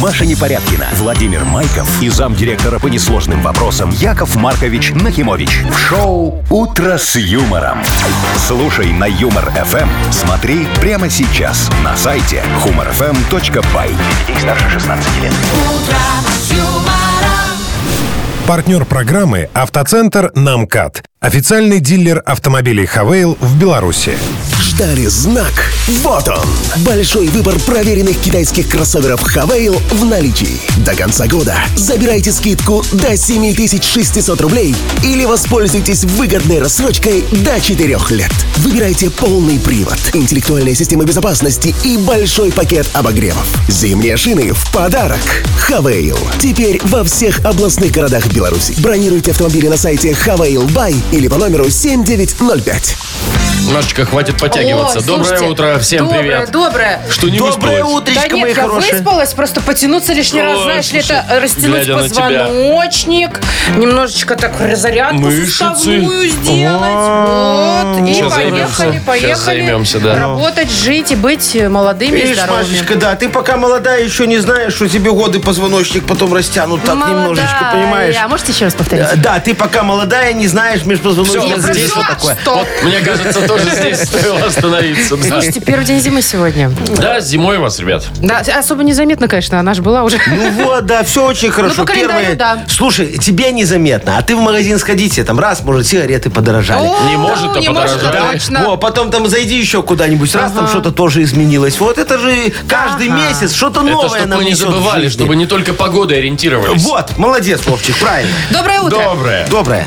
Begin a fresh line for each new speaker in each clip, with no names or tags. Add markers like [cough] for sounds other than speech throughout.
Маша Непорядкина, Владимир Майков и замдиректора по несложным вопросам Яков Маркович Нахимович. В шоу «Утро с юмором». Слушай на Юмор-ФМ. Смотри прямо сейчас на сайте humorfm.by. Для детей старше 16 лет.
Партнер программы «Автоцентр Намкат». Официальный дилер автомобилей «Хавейл» в Беларуси.
Ждали знак? Вот он! Большой выбор проверенных китайских кроссоверов Хавейл в наличии. До конца года забирайте скидку до 7600 рублей или воспользуйтесь выгодной рассрочкой до 4 лет. Выбирайте полный привод, интеллектуальная система безопасности и большой пакет обогревов. Зимние шины в подарок. Хавейл. Теперь во всех областных городах Беларуси. Бронируйте автомобили на сайте Хавейл Бай или по номеру 7905.
Машечка, хватит подтягиваться.
О,
Доброе
слушайте,
утро, всем
доброе,
привет.
Доброе,
Что не
Доброе
выспалась?
утречко,
да
мои
нет, я
хорошие.
выспалась, просто потянуться лишний раз,
Ой,
знаешь ли,
слушай,
это растянуть
глядя на тебя.
позвоночник, немножечко так разрядку
Мышицы.
суставную сделать.
А-а-а.
Вот, и
Сейчас
поехали,
займемся.
поехали.
Сейчас займемся, да.
Работать, жить и быть молодыми и
Видишь, Машечка,
здоровыми.
да, ты пока молодая, еще не знаешь, что тебе годы позвоночник потом растянут так
Молодая.
немножечко, понимаешь?
А можете еще раз повторить?
Э, Да, ты пока молодая, не знаешь
Всё,
межпозвоночных.
вот
разрез,
здесь
что
вот
такое.
Что?
Мне кажется, тоже здесь стоило остановиться. да.
Слушайте, первый день зимы сегодня.
Да, зимой вас, ребят.
Да, особо незаметно, конечно, она же была уже.
Ну вот, да, все очень хорошо.
Ну, по календарю,
Первое-
да.
Слушай, тебе незаметно, а ты в магазин сходите, там раз, может, сигареты подорожали.
О,
не может, а
не может,
подорожали.
а точно.
Во, потом там зайди еще куда-нибудь, раз там что-то тоже изменилось. Вот это же каждый месяц что-то новое
Это чтобы
нам
вы не
несет в
забывали,
жизни.
чтобы не только погодой ориентировались.
Вот, молодец, Вовчик, правильно.
Доброе утро.
Доброе.
Доброе.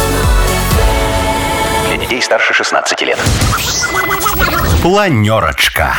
Для детей старше 16 лет. Планерочка.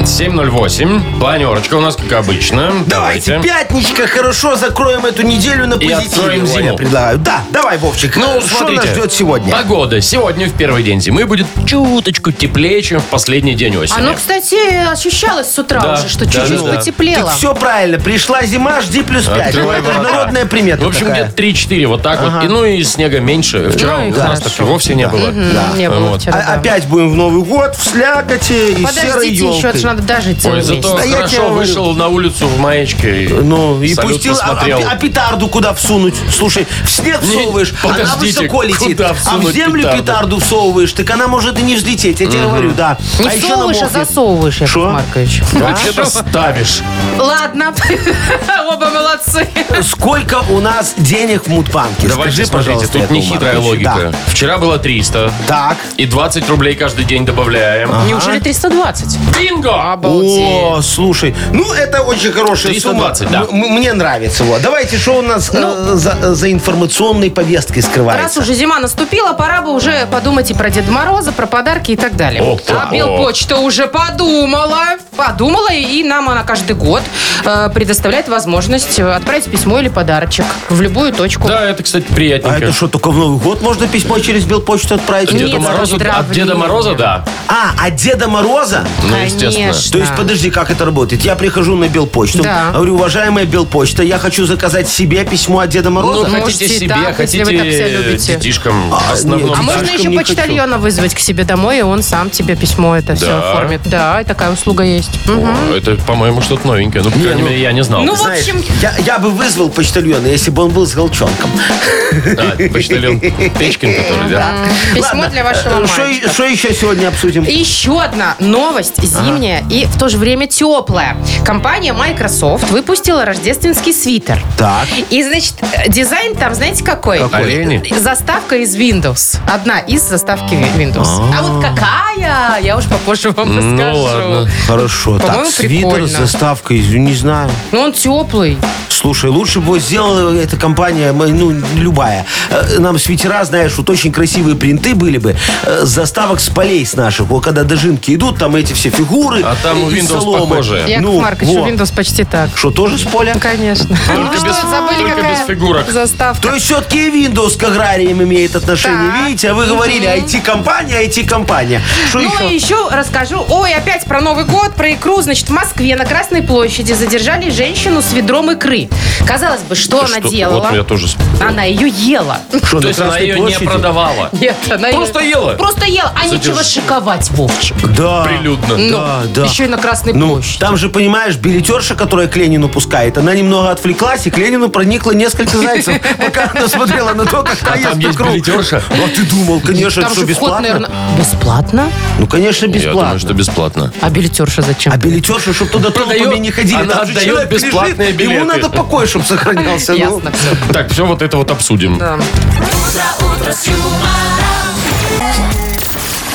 7.08. Планерочка у нас, как обычно.
Давайте, пятничка, хорошо, закроем эту неделю на позитиве.
откроем
Оля,
зиму.
предлагаю. Да, давай, Вовчик.
Ну,
что
смотрите.
нас ждет сегодня?
Погода. Сегодня, в первый день зимы, будет чуточку теплее, чем в последний день осени.
Оно, кстати, ощущалось с утра
Да,
уже, что
да,
чуть-чуть
да, да.
потеплело.
Все правильно, пришла зима, жди плюс 5.
Открывай
Это же
ворота.
народная примета
В общем,
такая.
где-то 3-4, вот так вот. И, ну и снега меньше. Вчера
Ну и
у нас так и вовсе не было.
М, Не было
Вот.
вчера,
А-
да.
опять будем в Новый год, в слякоте и серой
Подождите еще, это
елкой.
же надо дожить целый
Ой, зато
месяц.
Да я тебе
хорошо
говорю.
вышел на улицу в маечке.
Ну, и
салют
пустил, а- а,
посмотрел.
а петарду куда всунуть? Слушай, в снег
Не,
всовываешь, она
подождите,
высоко летит.
куда
А в
всунуть
землю
петарду?
петарду? всовываешь, так она может и не взлететь, я тебе говорю, да.
Не
еще
всовываешь, а
намокнет.
засовываешь, Яков
Шо?
Маркович.
а,
Вообще-то ставишь.
Ладно, [laughs] оба молодцы.
Сколько у нас денег в Мудбанке?
Давайте,
Скажи,
смотрите,
пожалуйста,
тут
Яков
нехитрая
Маркович.
логика. Вчера было 300.
Да. Так.
И 20 рублей каждый день добавляем.
А.
Неужели 320?
Бинго!
Обалдеть.
О, слушай, ну это очень хорошая
320, да.
сумма. М- м- мне нравится. Вот. Давайте, что у нас э, за, э, за информационной повесткой скрывается?
Ну. Раз уже зима наступила, пора бы уже подумать и про Деда Мороза, про подарки и так далее.
Ох ты.
а Белпочта уже подумала, подумала, и нам она каждый год э, предоставляет возможность э, отправить письмо или подарочек в любую точку.
Да, это, кстати,
А
приятненько.
это что, только в Новый год можно письмо через Белпочту отправить?
К Деду
Нет,
Морозу, от
поздравления.
Деда Мороза, да.
А, от Деда Мороза?
Ну, естественно.
Конечно.
То есть, подожди, как это работает? Я прихожу на Белпочту,
Да.
говорю, уважаемая Белпочта, я хочу заказать себе письмо от Деда
Ну,
Мороза.
хотите
Можете и
себе,
так, если
хотите
вы так себя любите.
детишкам.
А,
основном.
нет,
А
Детишкам
можно еще
не хочу.
почтальона вызвать к себе домой, и он сам тебе письмо это все
Да.
оформит. Да, и такая услуга есть. Мгм.
О, Это, по-моему, что-то новенькое. Ну, по крайней
ну-
мере, я не знал.
Ну, в
Знаешь,
общем,
я, я бы вызвал почтальона, если бы он был с голчонком.
А, почтальон Печкин, который, да?
письмо для
Э,
вашего
Что
мальчика.
еще сегодня обсудим?
И еще одна новость зимняя и в то же время теплая. Компания Microsoft выпустила рождественский свитер.
Так.
И, значит, э, дизайн там, знаете, какой?
Олени?
Заставка из Windows. Одна из заставки ви- Windows. А вот какая, я уж попозже вам
Ну,
расскажу.
ладно.
Хорошо, так,
По-моему,
свитер
прикольно.
с заставкой, не знаю.
Но Ну, он теплый.
Слушай, лучше бы сделала эта компания, мы, ну, любая. Э, Нам свитера, знаешь, вот очень красивые принты были бы э, с заставок с полей с наших. Вот когда дожинки идут, там эти все фигуры
А там
и
у Windows
соломы.
похожее.
Яков
Ну,
Маркович, у
вот.
Windows почти так.
Что, тоже с поля?
Ну, конечно.
Только
Ну
без-
что, забыли,
только
какая
без фигурок.
Заставка.
То есть все-таки и Windows к аграриям имеет отношение,
Так.
видите? А вы говорили IT-компания, IT-компания. Что
Ну и
еще?
еще расскажу. Ой, опять про Новый год, про икру. Значит, в Москве на Красной площади задержали женщину с ведром икры. Казалось бы, что, она
Что-
делала?
Вот я тоже... спорю.
Она ее ела.
Что,
То
на
есть она
Красной
ее
площади?
не продавала.
[laughs] Нет, она
Просто ела.
Просто ела, а нечего шиковать, Вовчик.
Да.
Прилюдно.
Ну,
Да, А, да.
Еще и на Красной
Ну,
площади.
там же, понимаешь, билетерша, которая к Ленину пускает, она немного отвлеклась, и к Ленину проникло несколько зайцев, пока она смотрела на то, как та ест
А там есть
икру.
билетерша?
Ну, а ты думал, конечно,
Там
это
же
все
вход,
бесплатно.
наверное... Бесплатно?
Ну, конечно,
Я думаю, что
бесплатно.
бесплатно.
А билетерша зачем?
А билетерша, чтобы туда толпами
Продает-
не ходили,
она
там же
отдает
человек
бесплатные
лежит, ему
билеты.
надо покой, чтобы сохранялся. ну.
Ясно все.
Так, все вот это вот обсудим.
Да.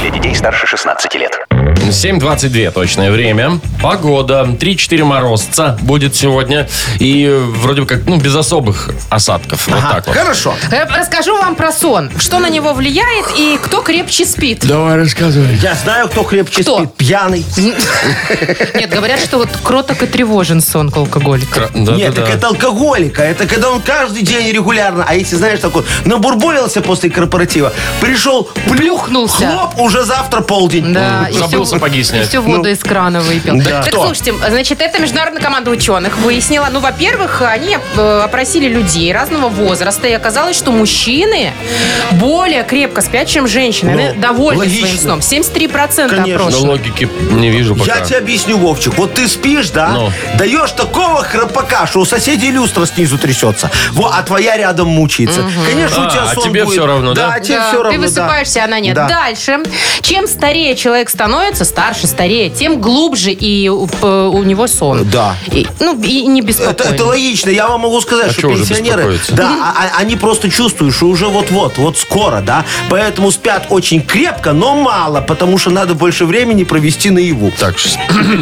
Для детей старше 16 лет.
7.22 точное время. Погода. 3-4 морозца будет сегодня. И э, вроде бы как, ну, без особых осадков. Вот так вот.
Хорошо.
Э, Расскажу вам про сон. Что на него влияет и кто крепче спит.
Давай, рассказывай.
Я знаю, кто крепче
Кто?
спит. Пьяный.
Нет, говорят, что вот кроток и тревожен сон к алкоголику.
Нет, так это алкоголика. Это когда он каждый день регулярно. А если, знаешь, такой набурболился после корпоратива, пришел,
Плюхнулся.
плюхнулся. Хлоп, уже завтра полдень.
Да, и
забыл
всю-
ну, сапоги снять.
и всю
Ну,
воду из крана выпил.
Да.
Так,
Кто?
слушайте, значит, это международная команда ученых выяснила. Ну, во-первых, они э, опросили людей разного возраста, и оказалось, что мужчины более крепко спят, чем женщины. Они
Ну,
довольны
логично.
своим сном. 73%
Конечно.
Но
опрошенных.
логики не вижу пока.
Я тебе объясню, Вовчик. Вот ты спишь, да?
Ну.
Даешь такого храпака, что у соседей люстра снизу трясется. Во, а твоя рядом мучается. Конечно,
А,
у тебя
а
сон
тебе
будет.
всё равно, да?
Да, а тебе
Да,
все равно,
ты высыпаешься,
да.
а она нет.
Да.
Дальше. Чем старее человек становится, старше, старее, тем глубже и у, п- у него сон.
Да.
И, ну, и не беспокойно.
Это, это логично. Я вам могу сказать,
А
что
чего уже
пенсионеры,
беспокоиться?
да, а- а- они просто чувствуют, что уже вот-вот, вот скоро, да. Поэтому спят очень крепко, но мало, потому что надо больше времени провести наяву.
Так,
[laughs]
ш-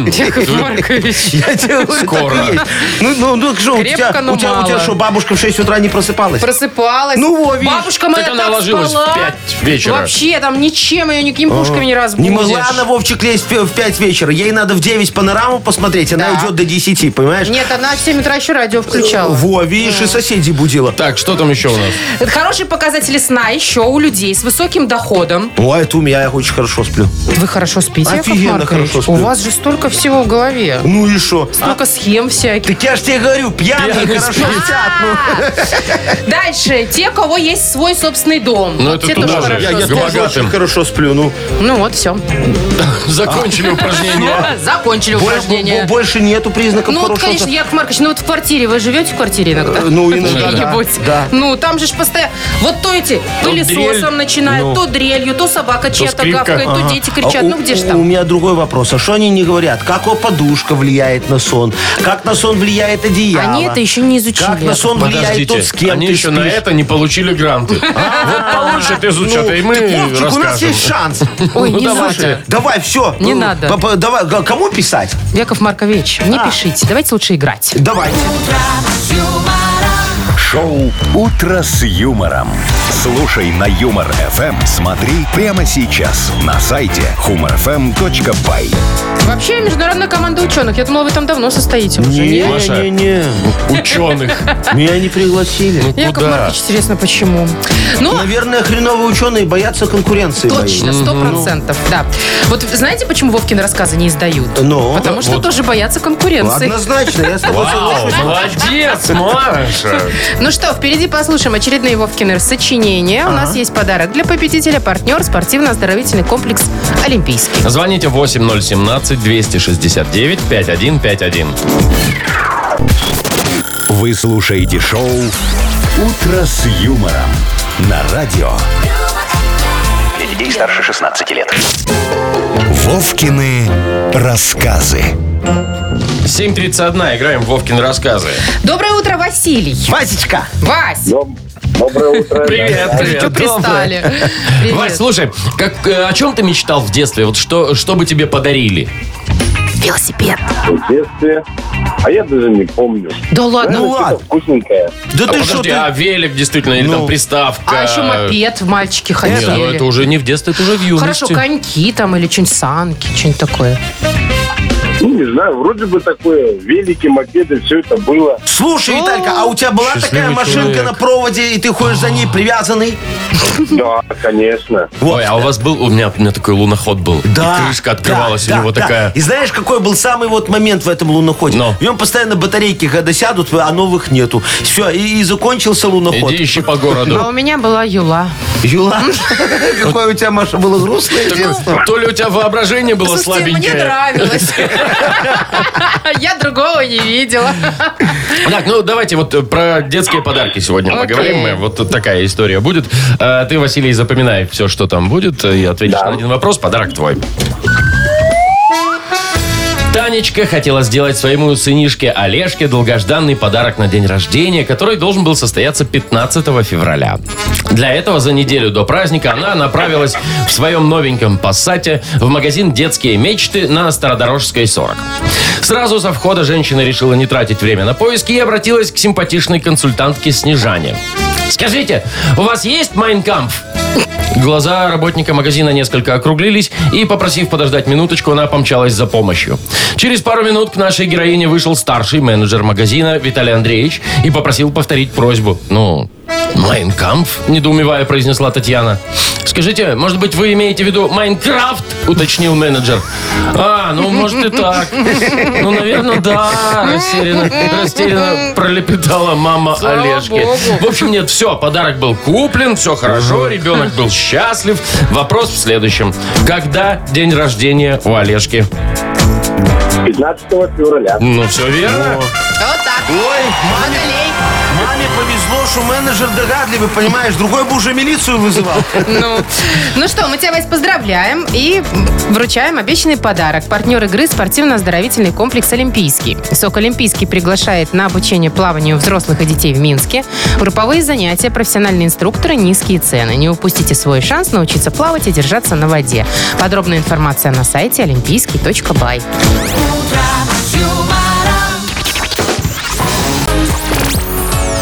Яков Маркович.
Я тебе говорю, так и
Скоро.
есть. Ну, ну, ну, что, у
Крепко,
тебя,
но
у тебя, у тебя
мало.
что, бабушка в 6 утра не просыпалась?
Просыпалась.
Ну, во, видишь.
Бабушка моя
Так
так,
она ложилась в
спала.
пять вечера.
Вообще, там ничем ее, никакими пушками не разбудишь.
А, Не могла она, Вовчик, лезть в 5 вечера. Ей надо в 9 панораму посмотреть. Она
Да.
идет до 10, понимаешь?
Нет, она в 7 утра еще радио включала.
Э, Во, видишь, и соседей будила.
так, что там еще у нас?
Это Хорошие показатели сна еще у людей с высоким доходом.
О, это у меня, я очень хорошо сплю.
Вы хорошо спите, Яков
Офигенно
Маркович?
хорошо сплю.
У вас же столько всего в голове.
Ну и что?
Столько схем всяких.
Так я ж тебе говорю, пьяные
Пьяный
хорошо
спит.
спят. ну.
Дальше. Те, у кого есть свой собственный дом.
Ну,
Вот
это
те
туда
тоже
же.
хорошо
Я- я
спят.
тоже. Богатым.
очень хорошо сплю. Ну,
Ну вот, все.
А?
Закончили упражнение.
Закончили
Бо- бо-
упражнение.
бо- больше нету признаков
Ну, вот,
хорошего
конечно,
сна.
Яков Маркович, ну вот в квартире, вы живете в квартире иногда?
Э, ну, иногда,
Где-нибудь.
да.
Ну, там же ж постоянно... Вот то эти
То дрель,
пылесосом начинают, то дрелью, то собака чья-то
скрипка.
гавкает, то дети кричат.
А у-
Ну, где же
У
там?
меня другой вопрос. А что они не говорят? Как о, подушка влияет на сон? Как на сон влияет одеяло?
Они это еще не изучили.
Как на сон влияет
Подождите,
то, с кем
они
ты
еще на
спишь? А?
это не получили гранты. Вот получат, изучат,
Ну,
и мы
так, Вовчик, у нас
расскажем.
есть шанс.
Ой, не
давайте.
надо.
Давай, все.
Не надо.
Давай, г- кому писать?
Яков Маркович, не пишите. Давайте лучше играть.
Давай.
Шоу «Утро с юмором». Слушай на Юмор ФМ. Смотри прямо сейчас на сайте humorfm.by.
Вообще, международная команда ученых. Я думала, вы там давно состоите
Ну
уже. Нет?
Маша.
не.
Ученых.
Меня не
Ну,
пригласили.
Яков Маркович, интересно, почему? Ну,
Наверное, хреновые ученые боятся конкуренции.
Точно, сто процентов, да. Вот знаете, почему Вовкины рассказы не издают?
Ну?
Потому что тоже боятся конкуренции.
боюсь. Ну, Однозначно, я с тобой
Вау,
соглашусь.
молодец, Маша.
Ну что, впереди послушаем очередные Вовкины сочинения. У нас есть подарок для победителя, партнер, спортивно-оздоровительный комплекс «Олимпийский».
Звоните 8017-269-5151.
Вы слушаете шоу «Утро с юмором» на радио. Для детей старше 16 лет. Вовкины рассказы.
7.31, играем в Вовкин рассказы.
Доброе утро, Василий.
Васечка,
Вась,
Доброе утро.
Привет,
что
привет.
пристали? Привет.
Вась, слушай, как, э, о чем ты мечтал в детстве? Вот что, что бы тебе подарили?
Велосипед.
В детстве. А я даже не помню.
Да ладно.
Ну
Что-то
ладно.
вкусненькое.
Да
А
ты что,
подожди,
ты
а велик действительно, или
Ну.
там приставка?
А еще мопед в мальчике
Нет, ну
хотели.
это уже не в детстве, это уже в юности.
Хорошо, коньки там или что-нибудь санки, что-нибудь такое.
Ну, не знаю, вроде бы такое, велики, мопеды, все это было.
Слушай, Виталька, а у тебя была
Счастливый
такая машинка
человек.
на проводе, и ты ходишь за ней привязанный?
Да, конечно.
Ой, а у вас был, у меня, у меня такой луноход был. И крышка открывалась,
да,
у него
да.
такая. Ну.
И знаешь, какой был самый вот момент в этом луноходе?
Но.
В нем постоянно батарейки, когда сядут, а новых нету. Все, и, и закончился луноход.
Иди ищи по городу.
А у меня была Юла.
Юла, [laughs] какое у тебя, Маша, было грустное детство.
То ли у тебя воображение было
Слушайте, мне
слабенькое.
нравилось. [laughs] Я другого не видела.
Так, ну давайте вот э, про детские подарки сегодня
Окей.
поговорим. Мы. Вот такая история будет. А, ты, Василий, запоминай все, что там будет, э, и ответишь на один вопрос. Подарок твой. Танечка хотела сделать своему сынишке Олежке долгожданный подарок на день рождения, который должен был состояться 15 февраля. Для этого за неделю до праздника она направилась в своем новеньком пассате в магазин «Детские мечты» на Стародорожской 40. Сразу со входа женщина решила не тратить время на поиски и обратилась к симпатичной консультантке Снежане. «Скажите, у вас есть «Майнкампф»?» Глаза работника магазина несколько округлились, и, попросив подождать минуточку, она помчалась за помощью. Через пару минут к нашей героине вышел старший менеджер магазина Виталий Андреевич и попросил повторить просьбу. Ну, «Майнкампф», недоумевая, произнесла Татьяна. «Скажите, может быть, вы имеете в виду Майнкрафт?» — уточнил менеджер. «А, ну, может, и так. Ну, наверное, да», — растерянно, растерянно пролепетала мама
Слава
Олежки.
богу.
В общем, нет, все, подарок был куплен, все хорошо, ребенок был счастлив. Вопрос в следующем. Когда день рождения у Олежки?
15 февраля.
Ну, все верно.
Вот так.
Ой,
Водолей.
маме повезло, что менеджер догадливый, понимаешь, другой бы уже милицию вызывал.
Ну, ну что, мы тебя, Вась, поздравляем и вручаем обещанный подарок. Партнер игры спортивно-оздоровительный комплекс «Олимпийский». СОК «Олимпийский» приглашает на обучение плаванию взрослых и детей в Минске. Групповые занятия, профессиональные инструкторы, низкие цены. Не упустите свой шанс научиться плавать и держаться на воде. Подробная информация на сайте олимпийский.бай.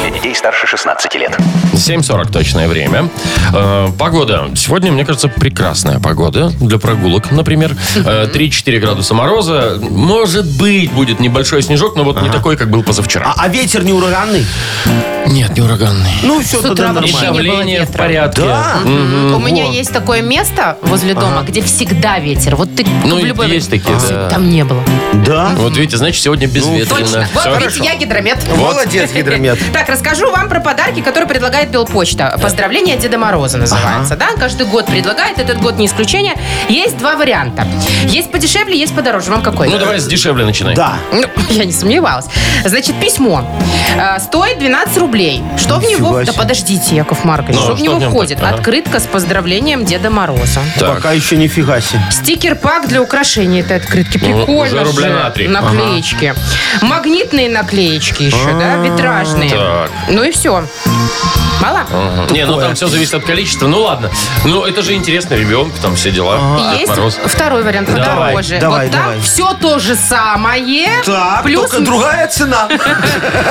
Для детей старше 16 лет.
7.40 Ну, точное время. Э, погода. Сегодня, мне кажется, прекрасная погода для прогулок, например. Э, 3-4 градуса мороза. Может быть, будет небольшой снежок, но вот не такой, как был
А,
позавчера.
а ветер не ураганный?
Нет, не ураганный.
Ну, все,
С утра
тогда
вообще
нормально.
не было
Давление в
ветра.
порядке.
Да?
У меня
во.
есть такое место возле дома, где всегда ветер. Вот ты
Ну,
в любой
есть такие, да.
Там не было.
Да?
Вот видите, значит, сегодня безветренно.
Точно.
Всё.
Вот, видите, я гидромет.
Молодец, гидромет.
Так, расскажу вам про подарки, которые предлагает Белпочта. Поздравление от Деда Мороза называется, да? Каждый год предлагает, этот год не исключение. Есть два варианта. Есть подешевле, есть подороже. Вам какой?
Ну, давай с дешевле начинай.
Да.
Ну, я не сомневалась. Значит, письмо Э, стоит 12 рублей. Что в него...
Нифига
Да
себе.
подождите, Яков Маркович,
Ну,
что в
что
него
в нем
входит?
так? Ага.
Открытка с поздравлением Деда Мороза.
Так.
Пока еще нифига себе.
Стикер-пак для украшения этой открытки.
Ну,
Прикольно
уже рубля
же.
на три.
Наклеечки. Магнитные наклеечки еще,
А,
да, витражные.
Так.
Ну и все. Мало?
Не, ну там все зависит от количества. Ну ладно. Ну это же интересно, ребенку, там все дела.
И Есть
Мороз.
второй вариант,
Давай,
подороже.
а, давай,
вот там
давай.
все то же самое,
Так,
плюс,
только другая цена.
[laughs]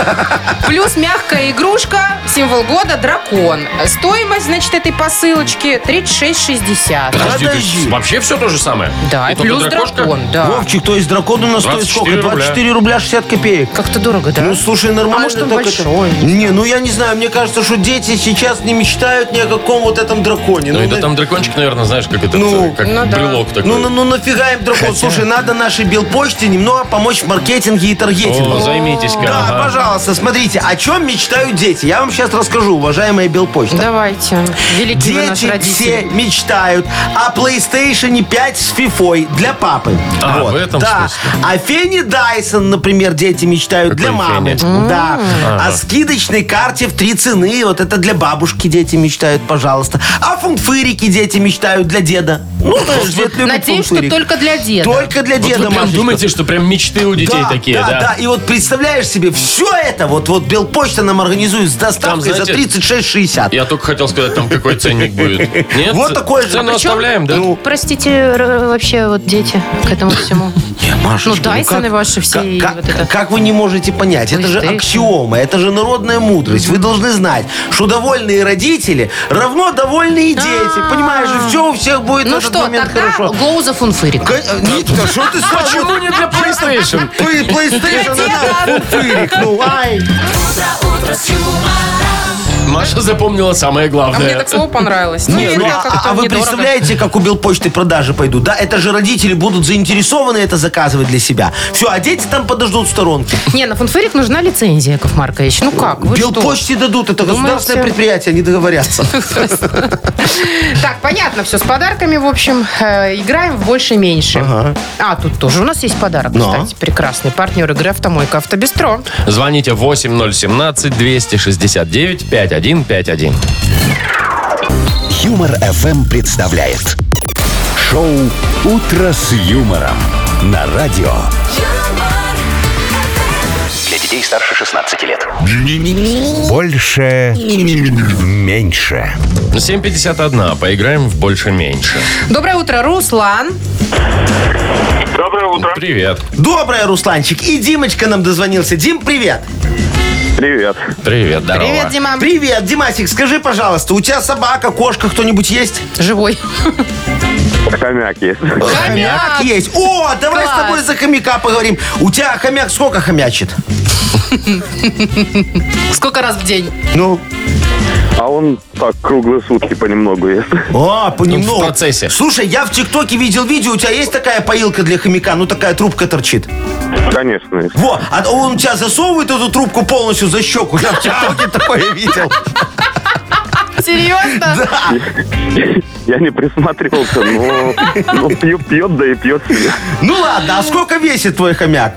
плюс мягкая игрушка, символ года, дракон. Стоимость, значит, этой посылочки 36,60.
Подожди, ты
Подожди.
вообще все то же самое?
Да, и
И тут
плюс
дракошка?
дракон, да.
Вовчик, то есть дракон у нас стоит
24
сколько?
рубля.
24 рубля 60 копеек.
Как-то дорого, да?
Ну, слушай,
А
нормально.
может, он
так это-
большой?
Не, ну я не знаю, мне кажется, что дети сейчас не мечтают ни о каком вот этом драконе.
Ну, это
на-
там дракончик, наверное, знаешь, как это,
Ну,
как
ну да.
брелок такой.
ну, на- ну нафига им дракон? Слушай, надо нашей Белпочте немного помочь в маркетинге и таргетинге.
О, займитесь-ка.
типа, Да,
ага.
пожалуйста, смотрите, о чем мечтают дети? Я вам сейчас расскажу, уважаемая Белпочта.
Давайте. Великий вы наш
Дети все
родитель.
мечтают о PlayStation 5 с фифой для папы.
А, в этом
да.
смысле.
А Фенни Дайсон, например, дети мечтают
Какой
для мамы.
Фенни?
Да. О скидочной карте в три цены. Вот это для бабушки дети мечтают, пожалуйста. А фунтфырики дети мечтают для деда. Ну, знаешь, дед любит
Надеюсь, что
фунтфырик.
только для деда.
Только для
Вот
деда,
вы прям
Машечка.
думаете, что прям мечты у детей
Да,
такие,
да,
да?
И вот представляешь себе, все это, вот, вот Белпочта нам организует с доставкой
знаете,
за 36,60.
Я только хотел сказать, там какой ценник будет. Нет?
Вот такой же.
Цену
А причем-
оставляем, да?
Ну,
Простите, р- вообще, вот дети к этому
[laughs]
всему.
Не, Машечка,
Ну, Дайсоны ваши все и
как,
вот это.
как вы не можете понять? Это же
PlayStation.
аксиома, это же народная мудрость. Вы должны знать, что довольные родители равно довольные дети. Понимаешь, все у всех будет в
А. Ну
этот
что,
момент
тогда А
хорошо.
Гоу за фунфырик.
Кон- э, Нитка, что ты смотришь?
Почему не для PlayStation?
Play- PlayStation, это фуфырик. Ну, ай.
Маша запомнила самое
А мне
главное.
так слово понравилось. Ну,
Не,
и
ну,
это
а,
как-то
а вы
недорого.
представляете, как у Белпочты продажи пойдут? Да, это же родители будут заинтересованы это заказывать для себя. Все, а дети там подождут в сторонке.
Не, на фунфырик нужна лицензия, Яков Маркович. Ну как, вы что?
Белпочте дадут, это
Думаете?
государственное предприятие, они договорятся.
[laughs] Так, понятно все с подарками, в общем. Э, Играем в больше-меньше. А, тут тоже у нас есть подарок,
Но.
кстати, прекрасный. Партнер игры «Автомойка Автобестро».
Звоните 8017-269-5151.
Юмор FM представляет шоу Утро с юмором на радио. Для детей старше 16 лет. Больше меньше.
751. Поиграем в больше-меньше.
Доброе утро, Руслан.
Доброе утро.
Привет.
Доброе, Русланчик. И Димочка нам дозвонился. Дим, привет.
Привет.
Привет, здорово.
Привет, Дима.
Привет, Димасик, скажи, пожалуйста, у тебя собака, кошка, кто-нибудь есть?
Живой.
Хомяк есть.
Хомяк.
Есть. О, давай
А, Класс.
с тобой за хомяка поговорим. У тебя хомяк сколько хомячит?
Сколько раз в день?
Ну,
А он так круглые сутки понемногу ест. [laughs]
А, понемногу.
Ну, в процессе.
Слушай, я в ТикТоке видел видео, у тебя есть такая поилка для хомяка, ну такая трубка торчит.
Конечно. ест.
Во, а он у тебя засовывает эту трубку полностью за щеку. Я в ТикТоке такое видел.
Серьезно?
Я не присматривался, но, но пьет, пьет, да и пьет себе.
Ну ладно, а сколько весит твой хомяк?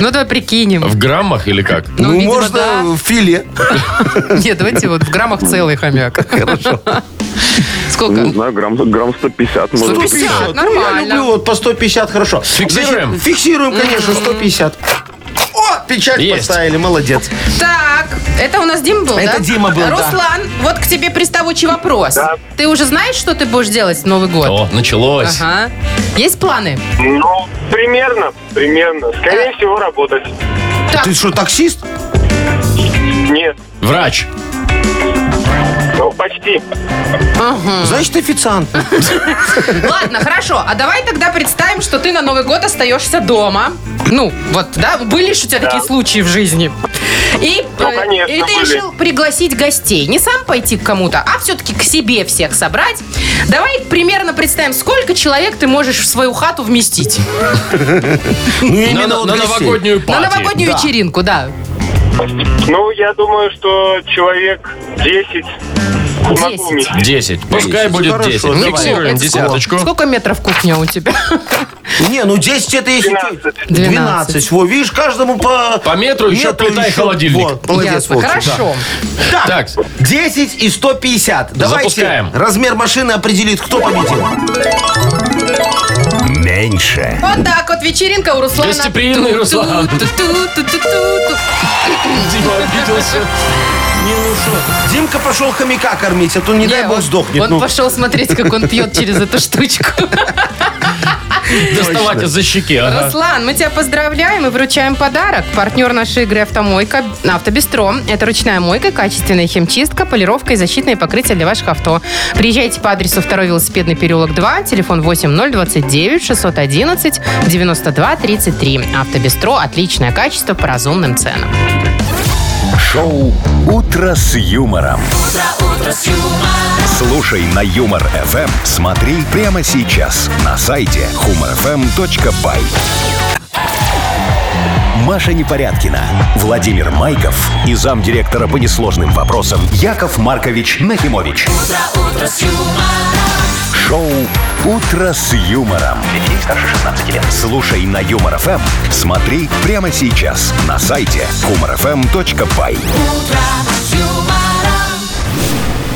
Ну, давай прикинем.
В граммах или как?
Ну, видимо,
можно
да.
в филе.
Нет, давайте вот в граммах целый хомяк. Хорошо.
Не
Сколько?
знаю, грамм, грамм 150, может быть.
150,
Ну, я
нормально.
люблю вот по 150, хорошо.
Фиксируем?
Значит, фиксируем, конечно, 150. О, печать
Есть.
поставили, молодец.
Так, это у нас Дима был,
Это
да?
Дима был, да.
Руслан, вот к тебе приставучий вопрос. Ты уже знаешь, что ты будешь делать в Новый год?
О, началось.
Ага. Есть планы?
Ну, примерно, примерно. Скорее всего, работать.
Так,
Ты что, таксист?
Нет,
Врач.
ну, почти.
Значит, официант.
[laughs]
Ну,
ладно, хорошо. А давай тогда представим, что ты на Новый год остаешься дома. Ну, вот, да? Были же у тебя такие случаи в жизни? И,
Ну,
э,
конечно,
и ты
были.
решил пригласить гостей. Не сам пойти к кому-то, а все-таки к себе всех собрать. Давай примерно представим, сколько человек ты можешь в свою хату вместить.
Ну,
На,
именно
на-
вот
на
гостей.
новогоднюю
На
пати.
новогоднюю
да.
вечеринку, да.
Ну, я думаю, что человек 10
Десять.
могу вместить.
10. Пускай
Десять.
будет
Хорошо,
10.
давай.
Фиксируем
Это сколько?
десяточку.
Сколько метров кухня у
[laughs]
тебя?
Не, ну 10 это если...
12.
12. Во, видишь, каждому по...
По метру еще плита и холодильник.
Вот, молодец,
Ясно.
Вовчик,
Хорошо.
да.
Так.
Так, 10 и 150. Давайте
Запускаем.
размер машины определит, кто победил.
Меньше.
Вот так вот вечеринка у Руслана.
Гостеприимный
Ту-ту,
Руслан.
ту-ту-ту-ту-ту.
Дима обиделся.
Димка пошел хомяка кормить, а то, не дай
Не,
бог,
он-
сдохнет.
Он
ну.
пошел смотреть, как он пьет через эту штучку.
Доставать из-за щеки. ага.
Руслан, мы тебя поздравляем и вручаем подарок. Партнер нашей игры «Автомойка» – «Автобестро». Это ручная мойка, качественная химчистка, полировка и защитные покрытия для ваших авто. Приезжайте по адресу 2 велосипедный переулок 2, телефон 8029 611 92 33. «Автобестро» – отличное качество по разумным ценам.
Шоу Утро с юмором. Слушай на Юмор ФМ. Смотри прямо сейчас на сайте humorfm.by. Маша Непорядкина, Владимир Майков и замдиректора по несложным вопросам Яков Маркович Нахимович. Шоу Утро с юмором. Детей старше 16 лет. Слушай на Юмор ФМ. Смотри прямо сейчас на сайте humorfm.by.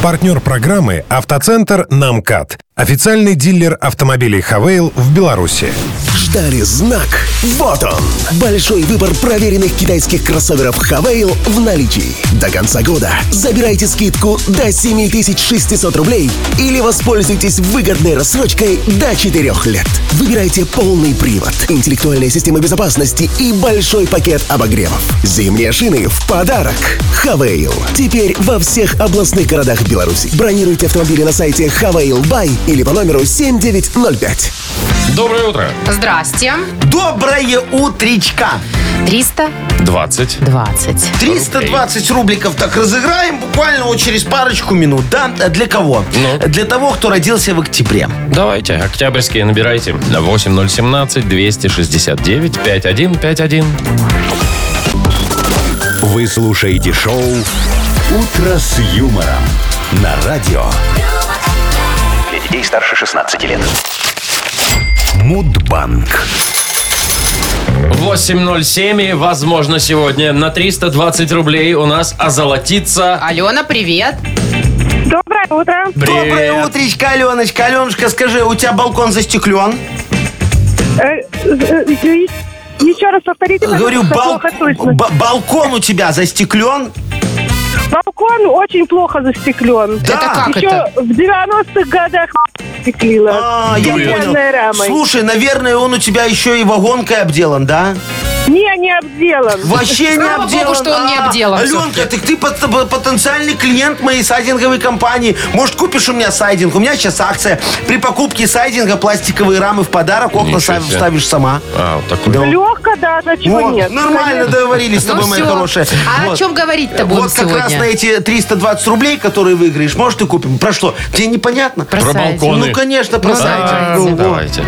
Партнер программы «Автоцентр Намкат». Официальный дилер автомобилей «Хавейл» в Беларуси.
Ждали знак. Вот он. Большой выбор проверенных китайских кроссоверов Хавейл в наличии. До конца года забирайте скидку до 7600 рублей или воспользуйтесь выгодной рассрочкой до 4 лет. Выбирайте полный привод, интеллектуальная система безопасности и большой пакет обогревов. Зимние шины в подарок. Хавейл. Теперь во всех областных городах Беларуси. Бронируйте автомобили на сайте Хавейл.бай или по номеру 7905.
Доброе утро.
Здрасте.
Доброе утречка!
320.
20.
320 рубликов так разыграем буквально вот через парочку минут. Да? А Для кого?
Ну.
Для того, кто родился в октябре.
Давайте, октябрьские набирайте. На 8017-269-5151.
Вы слушаете шоу «Утро с юмором» на радио. Для детей старше 16 лет. Мудбанк.
8.07, и, возможно, сегодня на 320 рублей у нас озолотится...
Алена, привет.
Доброе утро.
Доброе утречко, Аленочка. Аленушка, скажи, у тебя балкон застеклен?
Э, э, э, Еще раз повторите,
Говорю,
пожалуйста,
бал-
плохо слышно.
ба- балкон у тебя застеклен?
Балкон очень плохо застеклен.
Да.
Это как
Еще
это?
в 90-х годах стеклила.
А, я понял.
рамой.
Слушай, наверное, он у тебя еще и вагонкой обделан, да?
Не, не обделан.
Вообще не
Слава богу,
обделан.
что он не
А,
обделан
Аленка,
всё-таки.
так ты пот- пот- потенциальный клиент моей сайдинговой компании. Может, купишь у меня сайдинг? У меня сейчас акция. При покупке сайдинга пластиковые рамы в подарок, окна
Ничего
са-
себе.
вставишь сама.
А, вот такой.
Легко, даже, чего
Вот,
нет.
нормально договорились с
Ну
тобой, моя
всё.
хорошая.
А о
Вот.
чем говорить-то будем
Вот как раз на
сегодня?
эти 320 рублей, которые выиграешь, может, и купим. Прошло. Тебе непонятно?
Про
Про
сайдинг.
балкон.
Ну, конечно, про
Ну,
сайдинг.
давайте.
Ну, вот.
Давайте.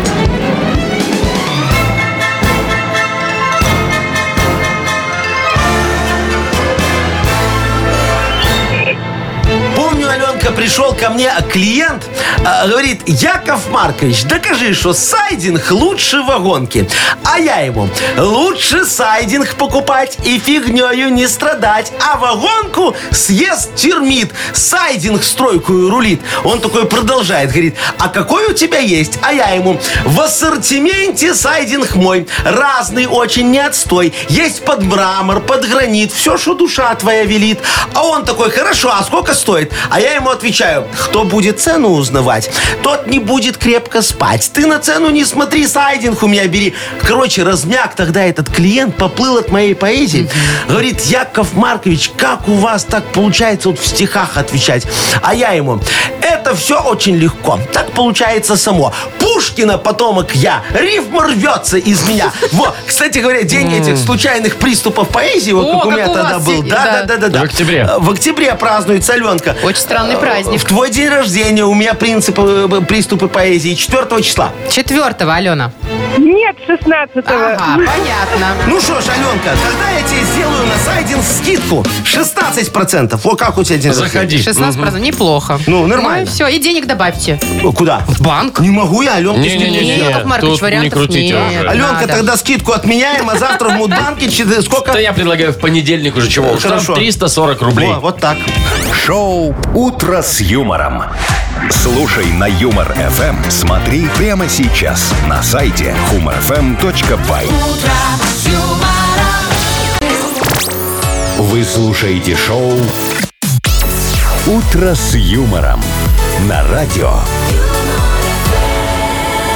Помню, Аленка, пришел ко мне клиент, а, говорит, Яков Маркович, докажи, что сайдинг лучше вагонки. А я ему, лучше сайдинг покупать и фигнёю не страдать, а вагонку съест термит. Сайдинг стройку рулит. Он такой продолжает, говорит, а какой у тебя есть? А я ему, в ассортименте сайдинг мой. Разный очень, не отстой. Есть под мрамор, под гранит, все, что душа твоя велит. А он такой, хорошо, а сколько стоит? А я ему отвечаю, кто будет цену узнавать, тот не будет крепко спать. Ты на цену не смотри, сайдинг у меня бери. Короче, размяк тогда этот клиент, поплыл от моей поэзии. Говорит, Яков Маркович, как у вас так получается вот в стихах отвечать? А я ему, это все очень легко. Так получается само. Пушкина потомок я. Рифма рвется
[laughs]
из меня. Вот, кстати говоря, день этих случайных приступов поэзии, вот
О,
как у меня
как у
тогда
вас
был.
сегодня,
Да,
да.
да, да, да, да.
В октябре.
Э, В октябре празднуется Аленка.
Очень странный праздник.
В твой день рождения у меня принципы, э, приступы поэзии 4 числа.
Четвертого, Алена.
Нет, 16-го.
Ага, понятно.
Ну что ж, Аленка, тогда я тебе сделаю на сайдинг скидку 16%. О, как у тебя день
Заходи.
16%. Неплохо.
Ну, нормально.
и все, и денег добавьте.
рождения? О, Куда?
В банк.
Не могу я, Аленка.
Не-не-не,
Не, Яков Маркович,
тут не
вариантов
крутите
нет.
уже.
Аленка,
Надо.
тогда скидку отменяем, а завтра в Мудбанке чет- сколько?
Да я предлагаю в понедельник уже чего уж там
Хорошо.
340 рублей.
О, вот так.
Шоу «Утро с юмором». Слушай на Юмор ФМ. Смотри прямо сейчас на сайте humorfm.by. Вы слушаете шоу «Утро с юмором» на радио.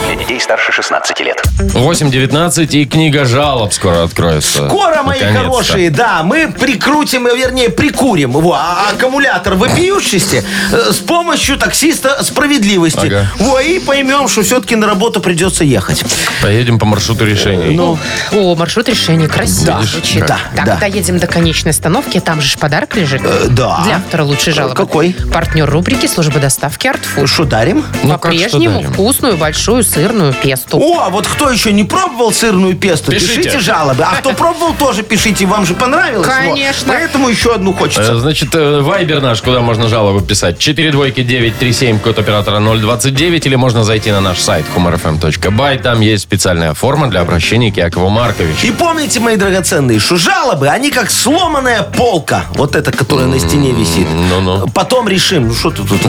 Для детей старше 16 лет.
8.19 и книга жалоб скоро откроется.
Скоро, мои
Наконец-то.
хорошие, да, мы прикрутим, э, вернее, прикурим его а- аккумулятор вопиющести э, с помощью таксиста справедливости.
Ага.
Во, и поймем, что все-таки на работу придется ехать.
Поедем по маршруту решений.
Ну.
Ну, О, маршрут решения красиво
Да,
звучит.
да,
так,
да. Э,
доедем до конечной остановки, там же ж подарок лежит.
да. Э,
Для автора лучшей жалобы.
Какой?
Партнер рубрики служба доставки «Артфуш».
Что дарим?
Ну, как что
По-прежнему
дарим?
вкусную, большую, сырную песту.
О, а вот кто еще не пробовал сырную песту,
Пишите.
пишите, жалобы. А кто пробовал, тоже пишите. Вам же понравилось? Во.
Конечно.
Поэтому еще одну
Э,
хочется.
Значит, э, вайбер наш, куда можно жалобы писать. 4 двойки 937, код оператора 029. Или можно зайти на наш сайт humorfm.by. Там есть специальная форма для обращения к Якову Марковичу.
И помните, мои драгоценные, что жалобы, они как сломанная полка. Вот эта, которая на стене висит.
ну-ну.
Потом решим. Ну что ты тут?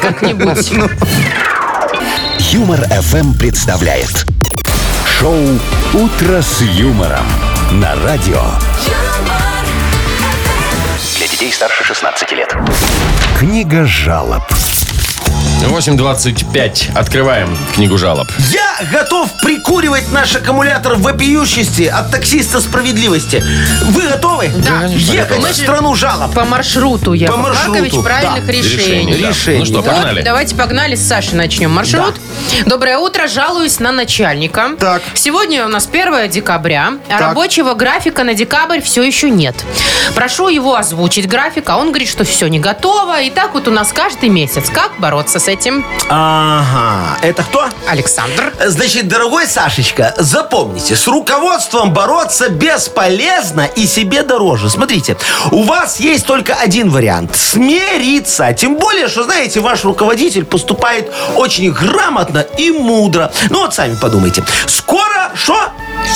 Как-нибудь.
Юмор FM представляет шоу Утро с юмором на радио.
юмор,
Для детей старше 16 лет.
Книга жалоб.
8.25. Открываем книгу жалоб.
Я готов прикуривать наш аккумулятор вопиющести от таксиста справедливости. Вы готовы?
Да. конечно,
Ехать
готовы.
в страну жалоб.
По маршруту, я
маршруту,
Маркович,
да.
правильных решений.
Решение. да.
Решение,
Ну что,
да.
погнали.
Давайте погнали с Саши начнем маршрут. Доброе утро, жалуюсь на начальника.
Так.
Сегодня у нас 1 декабря, а рабочего графика на декабрь все еще нет. Прошу его озвучить график, а он говорит, что все не готово. И так вот у нас каждый месяц. Как бороться с этим?
Ага. Это кто?
Александр.
Значит, дорогой Сашечка, запомните, с руководством бороться бесполезно и себе дороже. Смотрите, у вас есть только один вариант – смириться. Тем более, что, знаете, ваш руководитель поступает очень грамотно и мудро. Ну вот сами подумайте. Скоро что?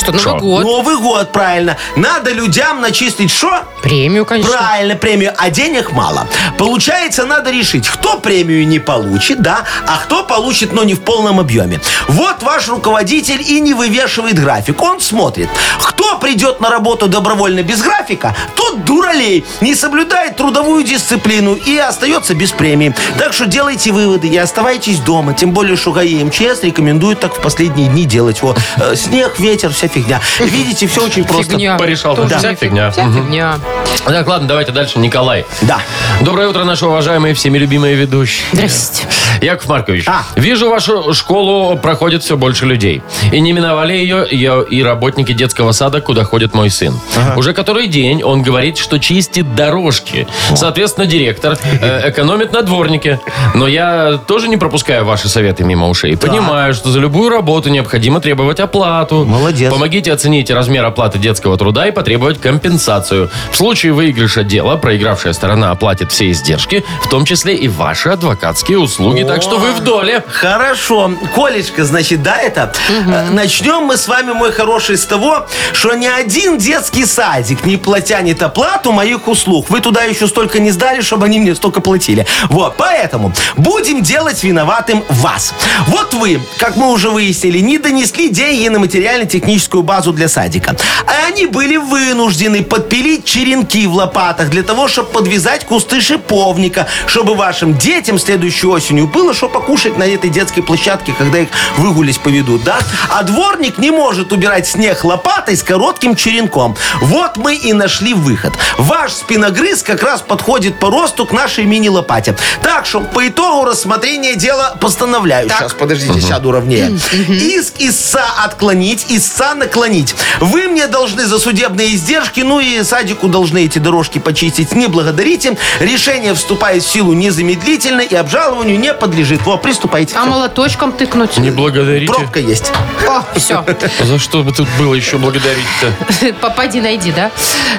Что, Новый
Шо?
год?
Новый год, правильно. Надо людям начислить что?
Премию, конечно.
Правильно, премию, а денег мало. Получается, надо решить, кто премию не получит, да, а кто получит, но не в полном объеме. Вот ваш руководитель и не вывешивает график. Он смотрит, кто придет на работу добровольно без графика, тот дуралей, не соблюдает трудовую дисциплину и остается без премии. Так что делайте выводы и оставайтесь дома. Тем более, что ГАИ и МЧС рекомендуют так в последние дни делать. Во, э, снег, ветер, вся фигня. Видите, все очень просто.
Фигня.
порешал.
Тоже
Да. Вся фигня.
Вся
Мгм.
фигня.
Так, ладно, давайте дальше. Николай.
Да.
Доброе утро, наши уважаемые, всеми любимые ведущие.
Здрасте.
Яков Маркович,
А.
вижу, вашу школу проходит все больше людей. И не миновали ее, я и работники детского сада, куда ходит мой сын. Уже который день он говорит, что чистит дорожки. Соответственно, директор э, экономит на дворнике. Но я тоже не пропускаю ваши советы мимо ушей. Понимаю, что за любую работу необходимо требовать оплату.
Молодец.
Помогите оценить размер оплаты детского труда и потребовать компенсацию. В случае выигрыша дела, проигравшая сторона оплатит все издержки, в том числе и ваши адвокатские услуги. Так что вы в доле.
Хорошо. Колечка, значит, да, это? Э, Начнем мы с вами, мой хороший, с того, что ни один детский садик не платянет оплату моих услуг. Вы туда еще столько не сдали, чтобы они мне столько платили. Вот, поэтому будем делать виноватым вас. Вот вы, как мы уже выяснили, не донесли деньги на материально-техническую базу для садика. А они были вынуждены подпилить черенки в лопатах для того, чтобы подвязать кусты шиповника, чтобы вашим детям следующей осенью было что покушать на этой детской площадке, когда их выгулись поведут, да? А дворник не может убирать снег лопатой с коротким черенком. Вот мы и нашли выход. Ваш спиногрыз как раз подходит по росту к нашей мини-лопате. Так что по итогу рассмотрения дела постановляю. Сейчас, подождите, сяду ровнее. Иск истца отклонить, истца наклонить. Вы мне должны за судебные издержки, ну и садику должны эти дорожки почистить. Не благодарите. Решение вступает в силу незамедлительно и обжалованию не подлежит. Во, приступайте.
А молоточком тыкнуть?
Не благодарите.
Пробка есть.
О, все.
За что бы тут было еще благодарить-то?
[laughs] Попади, найди, да?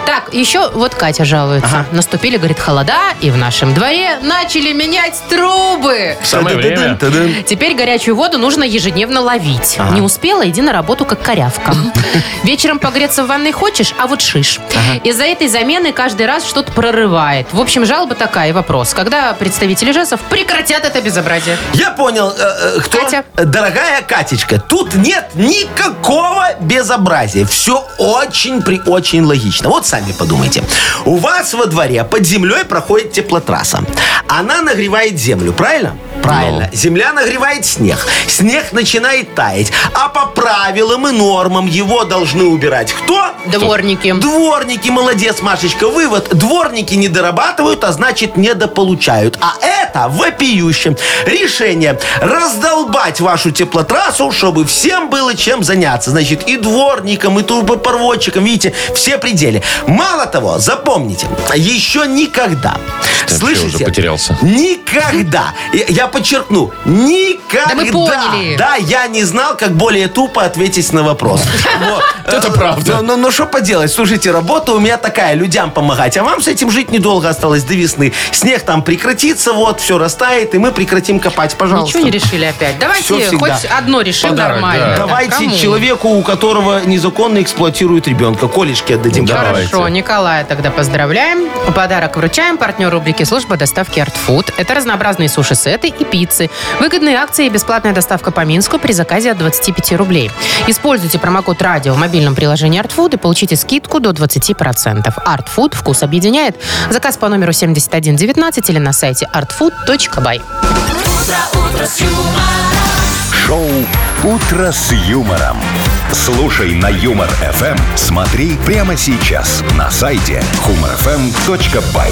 Так, еще вот Катя жалуется. Наступили, говорит, холода, и в нашем дворе начали менять трубы.
Самое время.
Теперь горячую воду нужно ежедневно ловить. Не успела, иди на работу как
[laughs]
корявка. Вечером погреться в ванной хочешь, а вот шиш. Из-за этой замены каждый раз что-то прорывает. В общем, жалоба такая и вопрос. Когда представители ЖЭСов прекратят это безобразие?
Я понял, э, э, кто?
Катя.
Дорогая Катечка, тут нет никакого безобразия. Все очень при очень логично. Вот сами подумайте. У вас во дворе под землей проходит теплотрасса. Она нагревает землю, правильно? Правильно. Земля нагревает снег. Снег начинает таять. А по правилам и нормам его должны убирать кто?
Дворники.
Дворники, молодец, Машечка. Вывод. Дворники не дорабатывают, а значит недополучают. А это вопиюще. Решение. Раздолбать вашу теплотрассу, чтобы всем было чем заняться. Значит, и дворникам, и турбопроводчикам. Видите, все пределы. Мало того, запомните, еще никогда.
вообще уже потерялся.
Никогда. Я- Я подчеркну. Никогда.
мы поняли.
Да, я не знал, как более тупо ответить
[laughs]
на вопрос. Вот.
Это
Э,
правда.
ну, Ну, что поделать, слушайте, работа у меня такая, людям помогать. А вам с этим жить недолго осталось до весны. Снег там прекратится, вот, все растает, и мы прекратим копать, пожалуйста.
Ничего не решили опять. Давайте
Всё всегда.
хоть одно решим
Подарок,
нормально.
да.
Так,
Давайте
кому?
человеку, у которого незаконно эксплуатируют ребенка, колечки отдадим.
Давайте.
Хорошо, Николая тогда поздравляем. Подарок вручаем партнер рубрики «Служба доставки Артфуд». Это разнообразные суши-сеты и пиццы. Выгодные акции и бесплатная доставка по Минску при заказе от 25 рублей. Используйте промокод «Радио» в мобильном приложении ArtFood и получите скидку до 20%. ArtFood – вкус объединяет. Заказ по номеру 7119 или на сайте artfood.by.
Шоу «Утро с юмором». Слушай на Юмор ФМ. Смотри прямо сейчас на сайте humorfm.by.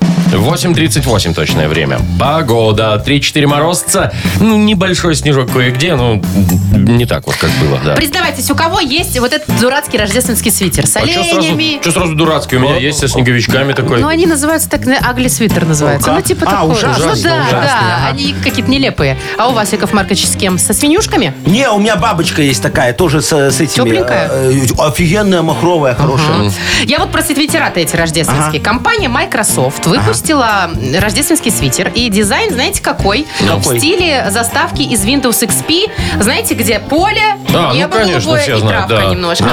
8.38 точное время. Погода. 3-4 морозца. Ну, небольшой снежок кое-где, но не так вот, как было, да.
Признавайтесь, у кого есть вот этот дурацкий рождественский свитер с
А что сразу,
оленями?
чё сразу дурацкий? У меня есть со снеговичками такой.
Ну, они называются так, агли свитер называется.
Ну,
Ну,
как?
типа
А,
такое.
ужасно,
ну, да,
ужасно,
да,
ага.
они какие-то нелепые. А у вас, Яков Маркович, с кем? Со свинюшками?
Не, у меня бабочка есть такая, тоже с, с этими...
Тепленькая?
э, э, офигенная, махровая, хорошая.
Я вот про свитера-то эти рождественские. Компания Microsoft выпустила рождественский свитер. И дизайн, знаете, какой?
Ну, Какой?
В стиле заставки из Windows XP. Знаете, где поле,
А,
небо
ну, конечно,
голубое
все
и
знают,
травка
да.
немножко.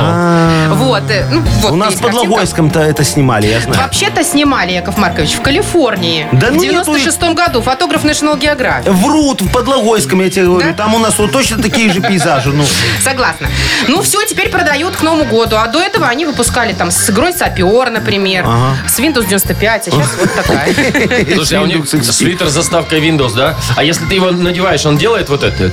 Вот. э, ну, вот
А. У нас
есть
под
картинка.
Логойском-то это снимали, я знаю.
Вообще-то снимали, Яков Маркович, в Калифорнии.
Да
в
ну,
96-м году. Фотограф National Geographic.
Врут, в Подлогойском, я тебе говорю. Там у нас вот точно такие же пейзажи. Ну,
Согласна. Ну все, теперь продают к Новому году. А до этого они выпускали там с игрой Сапер, например, с Windows 95, а сейчас вот такая.
Слушай, а у них свитер с заставкой Windows, да? А если ты его надеваешь, он делает вот это?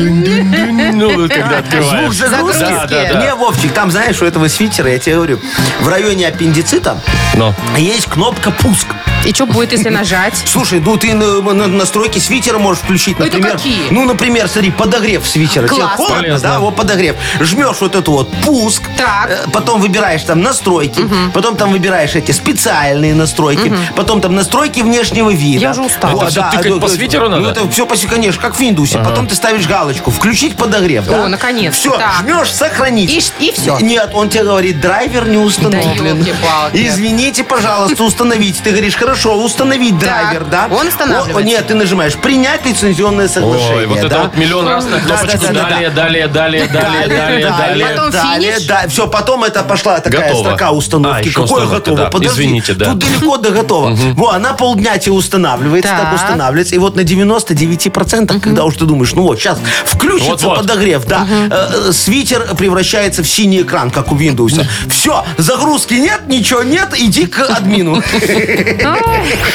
Тун-дун-дун-дун-дун. Ну, вот когда
[laughs] Звук
открываешь.
загрузки.
Да, да,
Не,
да.
Вовчик, там, знаешь, у этого свитера, я тебе говорю, в районе аппендицита
Но.
есть кнопка «Пуск».
И что будет, если нажать?
Слушай, ну ты на- на- настройки свитера можешь включить,
Это
например.
какие?
Ну, например, смотри, подогрев свитера. Тебе
Класс.
холодно,
Полезно.
да, вот подогрев. Жмешь вот эту вот пуск,
Так.
э, потом выбираешь там настройки, потом там выбираешь эти специальные настройки, потом там настройки внешнего вида.
Я уже устала.
Вот,
Это всё тыкать
ну,
по свитеру
ну,
надо?
это все по свитеру, конечно, как в Windows. Потом ты ставишь галочку, включить подогрев. да?
О, наконец-то,
Все,
так.
жмешь, сохранить.
И ш- и всё.
Нет, он тебе говорит, драйвер не установлен.
ёлки-палки.
Извините, пожалуйста, установить. Ты говоришь, хорошо, установить драйвер, да?
Так, он устанавливает.
О, о, нет, ты нажимаешь принять лицензионное соглашение.
Ой, вот это
да?
вот миллион раз на
Да,
кнопочку.
да, да, да,
Далее, далее, далее, далее, далее, далее.
Потом финиш.
да. Все, потом это пошла такая
Готово.
строка установки.
А, еще
Какое
установка,
готово?
да.
Подожди.
Извините, да.
Тут далеко до готово. Во, она полдня тебе устанавливается, так
Так.
устанавливается. И вот на 99%, когда уж ты думаешь, ну вот, сейчас включится
Вот-вот.
подогрев, да, э, э, свитер превращается в синий экран, как у Windows. Все, загрузки нет, ничего нет, иди к
[laughs]
админу.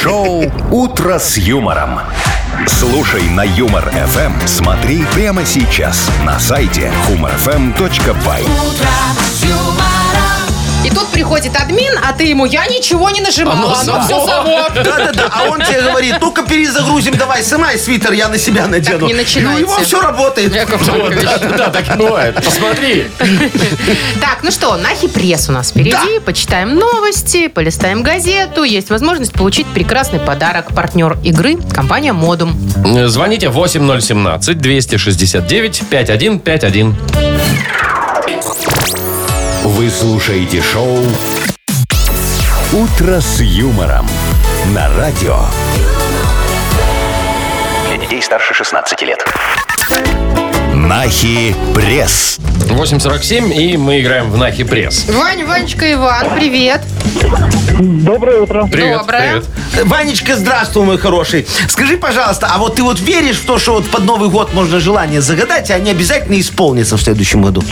Шоу «Утро с юмором». Слушай на Юмор ФМ. Смотри прямо сейчас на сайте humorfm.by.
И тут приходит админ, а ты ему, я ничего не нажимала,
Оно
оно все само.
Да-да-да, а он тебе говорит, ну-ка перезагрузим, давай, снимай свитер, я на себя надену.
не начинайте.
И у него все работает.
Яков
Вот,
Маркович.
да, [laughs] да, так и бывает. Посмотри.
Так, ну что, нахи пресс у нас впереди. Почитаем новости, полистаем газету. Есть возможность получить прекрасный подарок. Партнер игры – компания «Модум».
Звоните 8017-269-5151.
Вы слушаете шоу «Утро с юмором» на радио.
Для детей старше 16 лет.
Нахи пресс.
8.47, и мы играем в Нахи Пресс.
Вань, Ванечка, Иван, привет.
Доброе утро.
Привет,
Доброе.
привет.
Ванечка, здравствуй, мой хороший. Скажи, пожалуйста, а вот ты вот веришь в то, что вот под Новый год можно желание загадать, и они обязательно исполнятся в следующем году?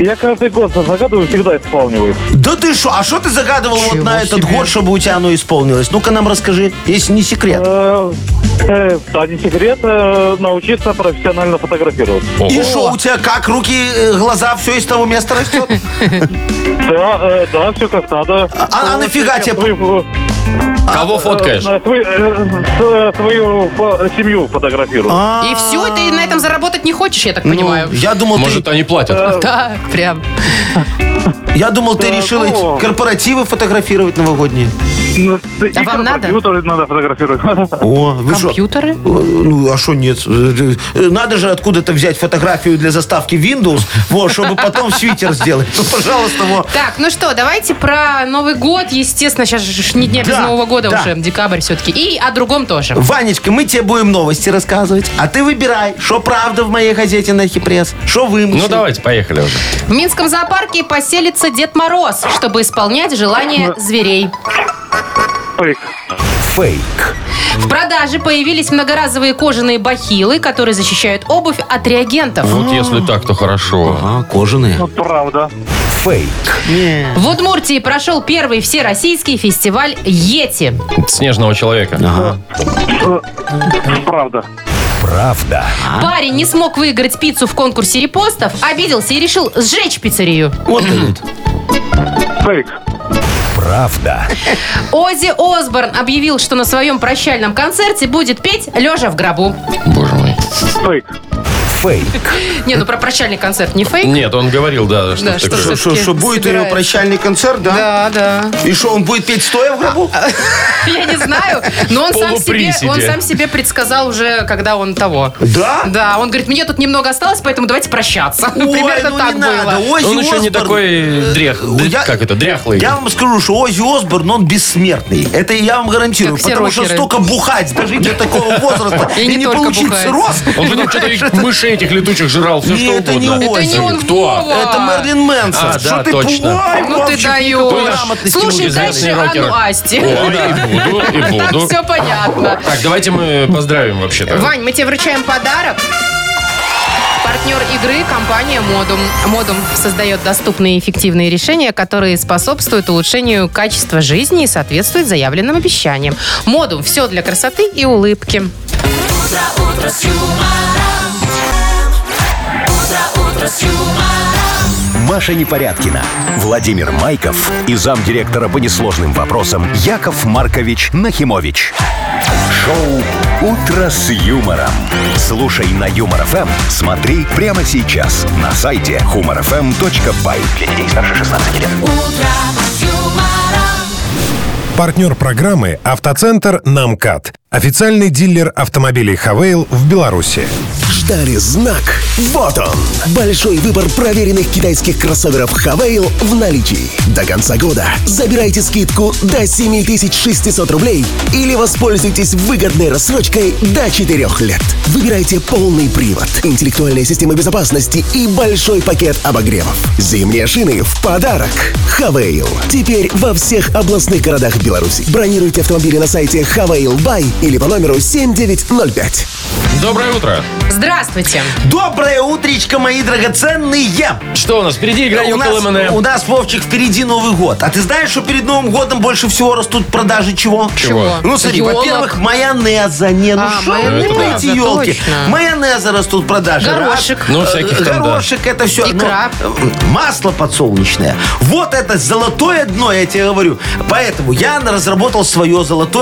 Я каждый год загадываю, всегда исполниваю.
Да ты что? А что ты загадывал вот на этот год, чтобы у тебя оно исполнилось? Ну-ка нам расскажи, если не секрет.
Э, э, Да, не секрет, э, научиться профессионально фотографировать.
И что, у тебя как? Руки, э, глаза, все из того места
[laughs]
растет?
Да, э, да, все как надо. Э,
А- а нафига тебе-
Свою,
А,
Кого
э,
ну,
фоткаешь?
свою, э, с- свою фо- семью фотографирую.
А?
И все, и ты на
Ну,
Ну,
этом заработать не хочешь, я так понимаю.
Я думал, ты...
Может, они платят?
Да, прям.
Я думал, ты
Да,
решил эти
ну.
корпоративы фотографировать новогодние.
Ну, и
А вам надо?
компьютеры надо фотографировать. [laughs]
О, вы шо?
Компьютеры?
Э, Ну, а что нет? Э, э, Надо же откуда-то взять фотографию для заставки Windows, вот, чтобы потом свитер сделать. Ну, пожалуйста, вот.
Так, ну что, давайте про Новый год, естественно, сейчас же ж не дня без
Да,
Нового года
да.
уже, декабрь все-таки, и о другом тоже.
Ванечка, мы тебе будем новости рассказывать, а ты выбирай, что правда в моей газете на Пресс, что вымысел.
Ну, давайте, поехали уже.
В Минском зоопарке поселится Дед Мороз, чтобы исполнять желания зверей.
Ой,
Фейк.
В продаже появились многоразовые кожаные бахилы, которые защищают обувь от реагентов.
Вот если так, то хорошо.
А, кожаные.
ну, правда.
Фейк.
В Удмуртии прошел первый всероссийский фестиваль «Ети».
Снежного человека.
Э, Правда.
Правда.
А?
Парень не смог выиграть пиццу в конкурсе репостов, обиделся и решил сжечь пиццерию.
Вот дают.
Фейк.
Правда.
Оззи Осборн объявил, что на своем прощальном концерте будет петь лежа в гробу.
Боже мой.
Фейк.
Фейк.
Не, ну про прощальный концерт не фейк.
Нет, он говорил, да, что
Да, что
такое.
же-
Что, что будет у него
Собирается.
прощальный концерт, да?
Да, да.
И что, он будет петь стоя в гробу?
[laughs] Я не знаю, но он сам, себе,
Полуприседе.
он сам себе предсказал уже, когда он того.
Да?
Да, он говорит, мне тут немного осталось, поэтому давайте прощаться. [laughs]
Ой,
Примерно
ну
так
не
было.
надо. Оззи
Он еще не
Осборн.
такой дрех...
Э, я-
Как это, дряхлый.
Я вам скажу, что Оззи Осборн, он бессмертный. Это я вам гарантирую.
Как все
потому что
рокеры.
столько бухать, дожить
[laughs]
до такого возраста
И
и,
не
не
только
получить
бухать.
цирроз.
Он потом что-то и мышей этих летучих жрал, все
Не,
что
это не
угодно.
он.
Это не он,
Кто?
Вова.
Это Мерлин Мэнсон.
А,
что
да,
ты
точно.
Ой,
Ну ты
Вовчик, никакой
даешь.
грамотности
Слушай
не знаешь.
дальше
известный рокер.
Анну Асти. [laughs]
Ой, и буду, и буду.
Все понятно.
Так, давайте мы поздравим вообще-то.
Вань, мы тебе вручаем подарок. Партнер игры – компания «Модум». «Модум» создает доступные и эффективные решения, которые способствуют улучшению качества жизни и соответствуют заявленным обещаниям. «Модум» – все для красоты и улыбки.
Маша Непорядкина, Владимир Майков и замдиректора по несложным вопросам Яков Маркович Нахимович. Шоу «Утро с юмором». Слушай на Юмор ФМ, смотри прямо сейчас на сайте humorfm.by. Для детей старше 16 лет.
Партнер программы «Автоцентр Намкат». Официальный дилер автомобилей «Хавейл» в Беларуси.
Ждали знак. Вот он. Большой выбор проверенных китайских кроссоверов Хавейл в наличии. До конца года забирайте скидку до 7600 рублей или воспользуйтесь выгодной рассрочкой до 4 лет. Выбирайте полный привод, интеллектуальная система безопасности и большой пакет обогревов. Зимние шины в подарок. Хавейл. Теперь во всех областных городах Беларуси. Бронируйте автомобили на сайте Хавейл Бай или по номеру 7905.
Доброе утро.
Здравствуйте.
Доброе утречко, мои драгоценные.
Что у нас? Впереди игра
у,
«Юкол
нас, у нас, Вовчик, впереди Новый год. А ты знаешь, что перед Новым годом больше всего растут продажи чего?
Чего?
Ну, смотри,
Ёлок.
во-первых, майонеза. Не, ну
А,
что
майонеза,
вы эти елки?
точно.
Майонеза растут продажи.
Горошек.
Раз.
Ну, всяких
Э,
там, да.
Горошек, это Ну, все.
Икра.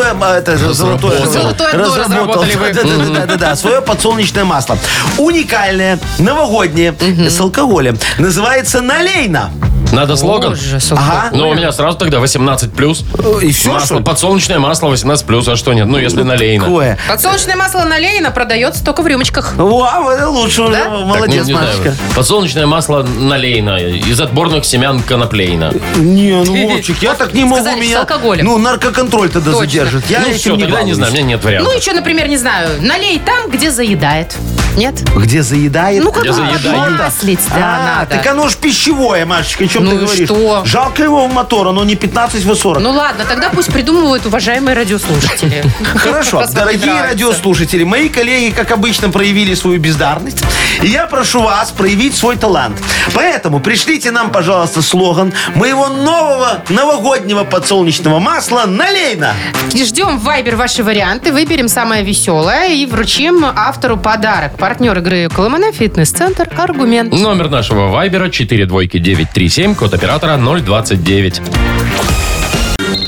Золотое дно
Разработал.
разработали вы.
Да-да-да, свое подсолнечное масло. Уникальное, новогоднее, с алкоголем. Называется «Налейна».
Надо слоган.
Боже,
Ага.
Ну, у меня сразу тогда 18 плюс.
И все,
Масло,
что ли?
подсолнечное масло 18 плюс, а что нет? Ну, если налейно.
Такое.
Подсолнечное масло на Ленина продается только в рюмочках.
Во, это лучше уже. Молодец,
не знаю.
Машечка.
Подсолнечное масло налейно из отборных семян коноплейна.
Не, ну, Вовчик, я так не могу.
Сказали, с
меня...
алкоголем.
Ну, наркоконтроль тогда
Точно.
задержит. Я
ну
этим
все, тогда не
балуюсь.
знаю, у меня нет
Ну
вариантов.
и что, например, не знаю, налей там, где заедает. Нет?
Где заедает?
Ну, как
Где
бы
заедает?
маслить, да,
а,
надо.
так оно ж пищевое, Машечка, о чем
Ну
ты
и
говоришь?
что?
Жалко его в мотор, оно не 15, а 40.
Ну ладно, тогда пусть придумывают уважаемые радиослушатели.
Хорошо,
Просто мне
дорогие
нравится.
радиослушатели, мои коллеги, как обычно, проявили свою бездарность. И я прошу вас проявить свой талант. Поэтому пришлите нам, пожалуйста, слоган моего нового новогоднего подсолнечного масла «Налейна».
Ждем в Viber ваши варианты, выберем самое веселое и вручим автору подарок. Партнер игры Коломана фитнес-центр «Аргумент».
Ну,
Номер нашего вайбера 42937, код оператора 029.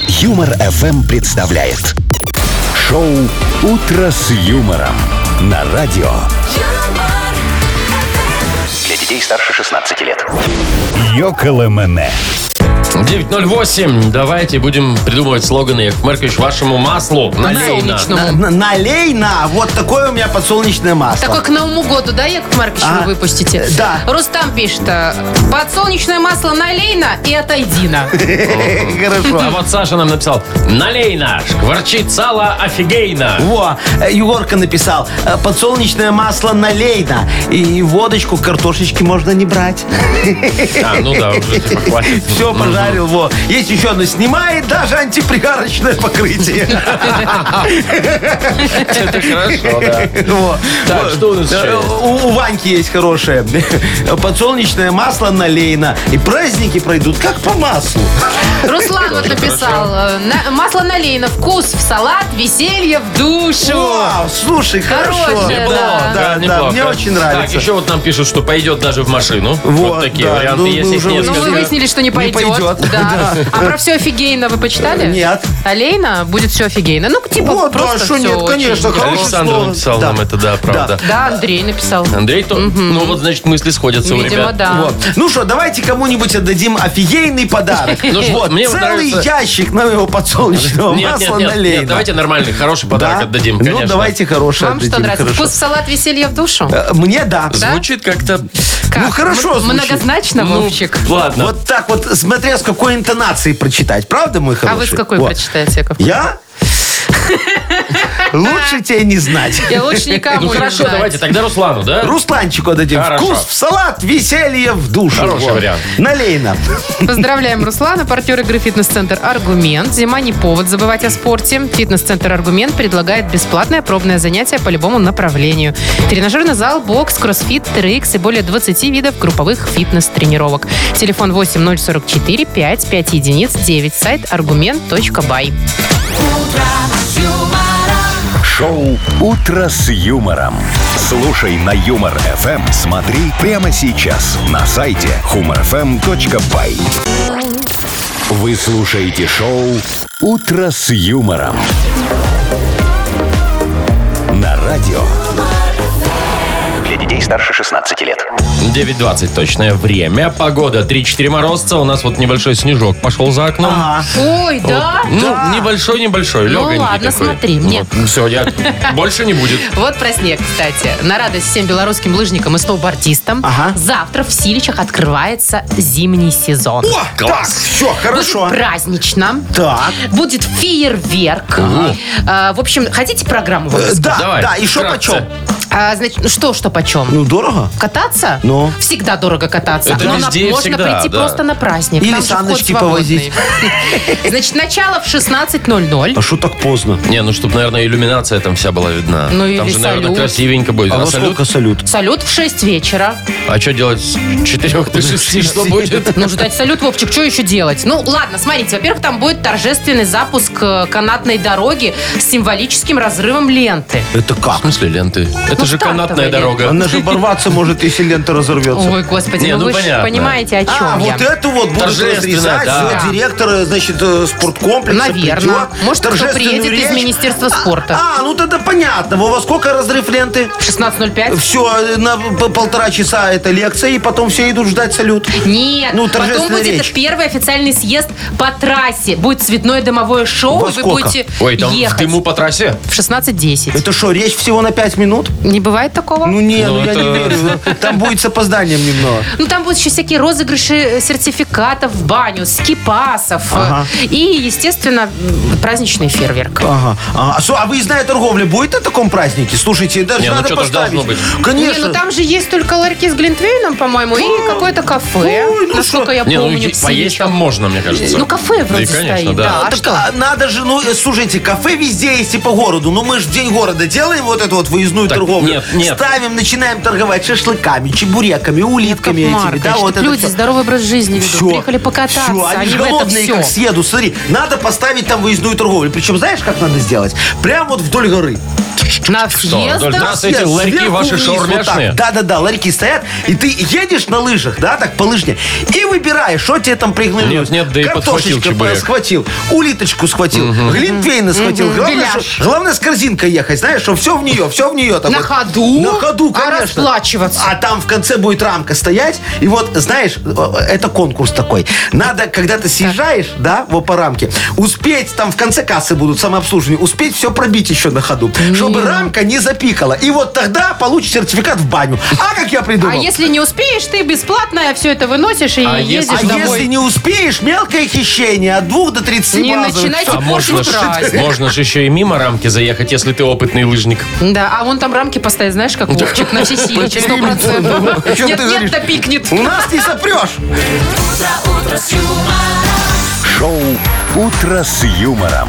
Юмор FM представляет шоу Утро с юмором на радио.
Для детей детей старше 16 лет.
Йоколэмэне.
9.08. Давайте будем придумывать слоганы, Яков Маркович, вашему маслу. Налей на.
Солнечному.
Н- Налей на. Вот такое у меня подсолнечное масло. [laughs]
Такой к Новому году, да, Яков Маркович,
А,
вы выпустите?
да.
Рустам пишет, э, подсолнечное масло налей на и отойди
[laughs]
на.
А вот Саша нам написал. Налей на. Шкварчит сало офигейно.
Во, э, Егорка написал, э, подсолнечное масло налейно, и водочку, картошечки можно не брать. [laughs]
А, ну да, уже типа хватит.
Все, пожарил, во. Есть еще одно, снимает даже антипригарочное покрытие. [laughs]
Это хорошо, да.
Во.
Так,
Во.
что у нас еще
Э,
есть?
У у Ваньки есть хорошее. [laughs] Подсолнечное масло налейно, и праздники пройдут как по маслу.
Руслан вот написал, э, на- масло налей на вкус в салат, веселье в душу.
Вау, слушай, хорошо.
Хорошее,
Да,
да.
да, да,
[laughs] неплохо.
мне очень
Так,
нравится.
еще вот нам пишут, что пойдет даже в машину. Вот
Вот,
такие
да,
варианты
ну,
есть.
мы
Их
уже
Ну, вы
Скажи,
несколько.
выяснили, что не
не
пойдет.
пойдет. [laughs]
Да. А про все офигейно вы почитали?
Нет.
Алейна будет все офигейно. Ну, типа,
Вот, да,
просто
что
всё
нет,
очень
конечно,
интересно.
хорошее
Александр
слово.
написал
Да.
нам это, да, правда.
Да, Андрей написал.
Андрей, то, ну вот, значит, мысли сходятся у
Видимо,
ребят.
да.
Вот. Ну что, давайте кому-нибудь отдадим офигенный подарок.
Ну что,
вот,
мне вот
целый
нравится-
ящик моего подсолнечного
Нет, нет,
масла
нет,
налей.
нет, давайте нормальный, хороший
Да?
подарок отдадим, конечно.
Ну, давайте хороший
Вам что
отдадим,
нравится?
хорошо.
Вкус в салат, веселье в душу?
Э, Мне да.
Звучит как-то...
Как?
Ну, хорошо
М-
звучит.
Многозначно, Вовчик?
Ладно.
Вот так вот, смотря с какой интонацией прочитать. Правда, мой
А
хороший?
вы с какой
Вот.
прочитаете, Яков?
Я? Лучше тебя не знать.
Я лучше никому
Ну
не
хорошо,
знать.
давайте тогда Руслану, да?
Русланчику отдадим.
Хорошо.
Вкус в салат, веселье в душу.
Хороший вариант.
Налей нам.
Поздравляем Руслана, партнер игры «Фитнес-центр Аргумент». Зима не повод забывать о спорте. «Фитнес-центр Аргумент» предлагает бесплатное пробное занятие по любому направлению. Тренажерный зал, бокс, кроссфит, TRX и более 20 видов групповых фитнес-тренировок. Телефон 8044 55 единиц 9. Сайт аргумент.бай.
Шоу «Утро с юмором». Слушай на Юмор ФМ. Смотри прямо сейчас на сайте humorfm.by. Вы слушаете шоу «Утро с юмором». На радио
Для детей старше 16 лет.
9.20 точное время. Погода 3-4 морозца. У нас вот небольшой снежок пошел за окном.
Ага.
Ой, да?
Ну, небольшой-небольшой,
Ну
легонький
ладно, смотри, мне-
Все, я... Больше не будет.
Вот про снег, кстати. На радость всем белорусским лыжникам и сноубордистам
Ага.
завтра в Силичах открывается зимний сезон.
О, так, все, хорошо.
Будет празднично.
Так. Э,
Будет фейерверк. А, в общем, хотите программу? вам
Э,
рассказать?
Да,
Давай,
да, еще
вкратце.
почем?
А, значит, ну что, что почем?
Ну, дорого.
Кататься?
Ну?
Всегда дорого кататься.
Это
Но
везде и
можно
всегда,
прийти
да.
просто на праздник.
Или типа
Там же вход
саночки
свободный.
повозить.
Значит, начало в 16.00.
А что так поздно?
Не, ну чтобы, наверное, иллюминация там вся была видна.
Ну или
там же, наверное,
салют.
красивенько будет.
А
А,
во
салют?
сколько салют?
Салют в 6 вечера.
А что делать с 4 до 6? Что будет?
Ну, ждать салют, Вовчик, что еще делать? Ну, ладно, смотрите, во-первых, там будет торжественный запуск э, канатной дороги с символическим разрывом ленты.
Это
В
как?
смысле ленты? Это
Ну,
же
стартовая
канатная
лента.
дорога.
Она же оборваться может, если лента разорвется.
Ой, господи,
Не,
ну
ну,
вы же
понятно.
понимаете, о чем
А,
я.
вот эту вот будут
Торжественно,
разрезать
да.
э, директор, э, значит, э, спорткомплекса.
Наверно.
придет,
Может, кто
торжественную
приедет из
речь.
Министерства
А,
спорта.
А, ну тогда понятно. Во во сколько разрыв ленты?
16.05?
Все, на п- полтора часа это лекция, и потом все идут ждать салют.
Нет,
Ну,
потом
торжественная
будет
речь.
первый официальный съезд по трассе. Будет цветное домовое шоу,
Во
и вы
сколько?
будете
Ой, там в
ехать.
дыму по трассе?
В 16.10.
Это что, речь всего на пять минут?
Не бывает такого?
Ну
Ну,
не,
Ну,
ну, я не
это-
верю. Там будет с опозданием немного.
там будут еще всякие розыгрыши э, сертификатов в баню, скипасов. э,
Ага.
И, естественно, м, праздничный фейерверк.
Ага. А, су- а выездная торговля будет на таком празднике? Слушайте, даже
Не, ну
надо
что-то ж
поставить.
должно быть.
Конечно.
Не, ну там же есть только ларьки с глинтвейном, по-моему, и какое-то кафе.
ой, ну
насколько
что?
я
Не, ну
помню.
и
в
поесть
Сиричах.
там можно, мне кажется.
Ну, кафе вроде
Да и, конечно,
стоит,
да.
да. А
Так,
что?
а надо же, ну, э, слушайте, кафе везде есть и по городу. Ну, мы же в день города делаем вот эту вот выездную
Так,
торговлю.
нет, нет.
Ставим, начинаем торговать шашлыками, чебуреками, улитками
Яков
этими.
Маркович,
Да, вот
тут люди здоровый образ жизни ведут.
Все,
Приехали покататься,
все, они
а не в это
голодные,
все.
как съеду. Смотри, надо поставить там выездную торговлю. Причем, знаешь, как надо сделать? Прям вот вдоль горы.
На
Что? Анатоль,
съездах?
да, с эти
Сверху
ларьки
вниз
ваши
вот так.
шаурмяшные?
Да-да-да, ларьки стоят, и ты едешь на лыжах, да, так по лыжне, и выбираешь, что тебе там приглянулось.
Нет, нет, да и подхватил
Картошечка
чебурек.
схватил, улиточку схватил, глинтвейна схватил. Главное,
Беляш.
что- главное, с корзинкой ехать, знаешь, что все в нее, все в нее. там
На
вот.
ходу?
На ходу,
А
конечно.
расплачиваться?
А там в конце будет рамка стоять, и вот, знаешь, э, это конкурс такой. Надо, когда ты съезжаешь, да, вот по рамке, успеть, там в конце кассы будут самообслуживание, успеть все пробить еще на ходу, чтобы рамка не запикала. И вот тогда получишь сертификат в баню. А как я
А
придумал?
если не успеешь, ты бесплатно все это выносишь и
А если-
ездишь
А
домой.
если не успеешь, мелкое хищение от 2 до 30
Не
базовых.
начинайте
Всё.
А можно
портить
ж, [laughs]
праздник.
можно ж еще и мимо рамки заехать, если ты опытный лыжник.
Да, а вон там рамки поставят, знаешь, как Вовчик, на все силы, сто процентов.
О чём ты
Нет-нет,
говоришь? Ну.
да пикнет.
У нас не сопрешь.
Шоу «Утро с юмором».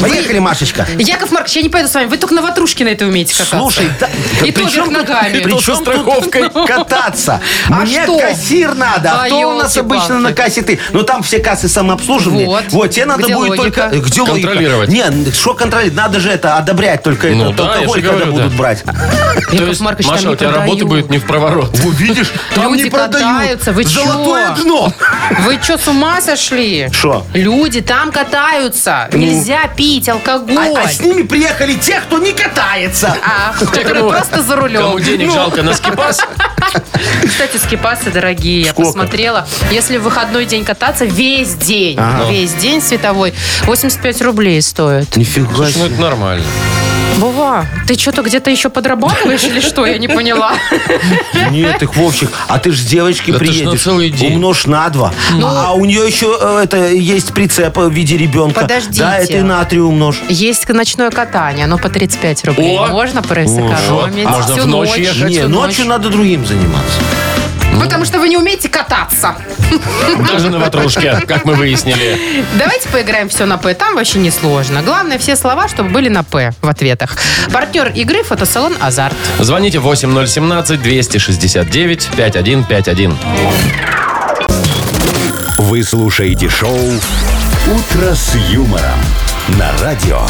Поехали, Машечка.
Яков Маркович, я не пойду с вами. Вы только на ватрушке на это умеете кататься.
Слушай, да,
И
при
тоже
чем
ногами.
при
Ну,
чем
со
[laughs]
тут
страховкой.
кататься?
А
Мне
что?
кассир надо. А
Да
кто у нас
ёлки-палки.
обычно на кассе ты? Ну там все кассы самообслуживания.
Вот.
Вот, тебе надо
Где
будет
логика?
только... Э, Где логика?
Контролировать.
Не, что контролировать? Надо же это одобрять только
Ну да,
это.
я
Алкоголь
же
когда
говорю, да.
будут брать. А,
То есть,
Маркович, там
Маша,
не
у тебя работы
продают.
будет не в проворот.
Вот
[laughs]
видишь, там
Люди
не продают.
катаются, вы чё?
Золотое дно.
Вы что, с ума сошли?
Шо? Ну.
Люди там катаются. Нельзя пить алкоголь.
А с ними приехали те, кто не катается. [laughs]
А, которые
Ну.
Кому-
просто за рулем.
Кому денег
Ну,
жалко на
[laughs]
скипас?
Кстати, скипасы дорогие. Я посмотрела. Если в выходной день кататься, весь день, весь день световой, 85 рублей стоит.
Нифига
Ну, это нормально.
Бува, ты что-то где-то еще подрабатываешь или что? Я не поняла.
ну Нет, их Вовчик, а ты же с девочки
Да ты ж
приедешь.
на целый день.
Умножь на два.
Ну.
а у нее еще э, это есть прицеп э, в виде ребенка.
Подождите.
Да, это и на три умножь.
Есть ночное катание, оно по 35 рублей.
О!
Можно сэкономить.
вот. Можно
всю
в ночь
ночь.
ехать.
Не,
всю
ночью
ночь.
надо другим заниматься.
Потому что вы не умеете кататься.
Даже на ватрушке, как мы выяснили.
Давайте поиграем все на П. Там вообще несложно. Главное, все слова, чтобы были на П в ответах. Партнер игры фотосалон «Азарт».
Звоните 8017-269-5151.
Вы слушаете шоу «Утро с юмором» на радио.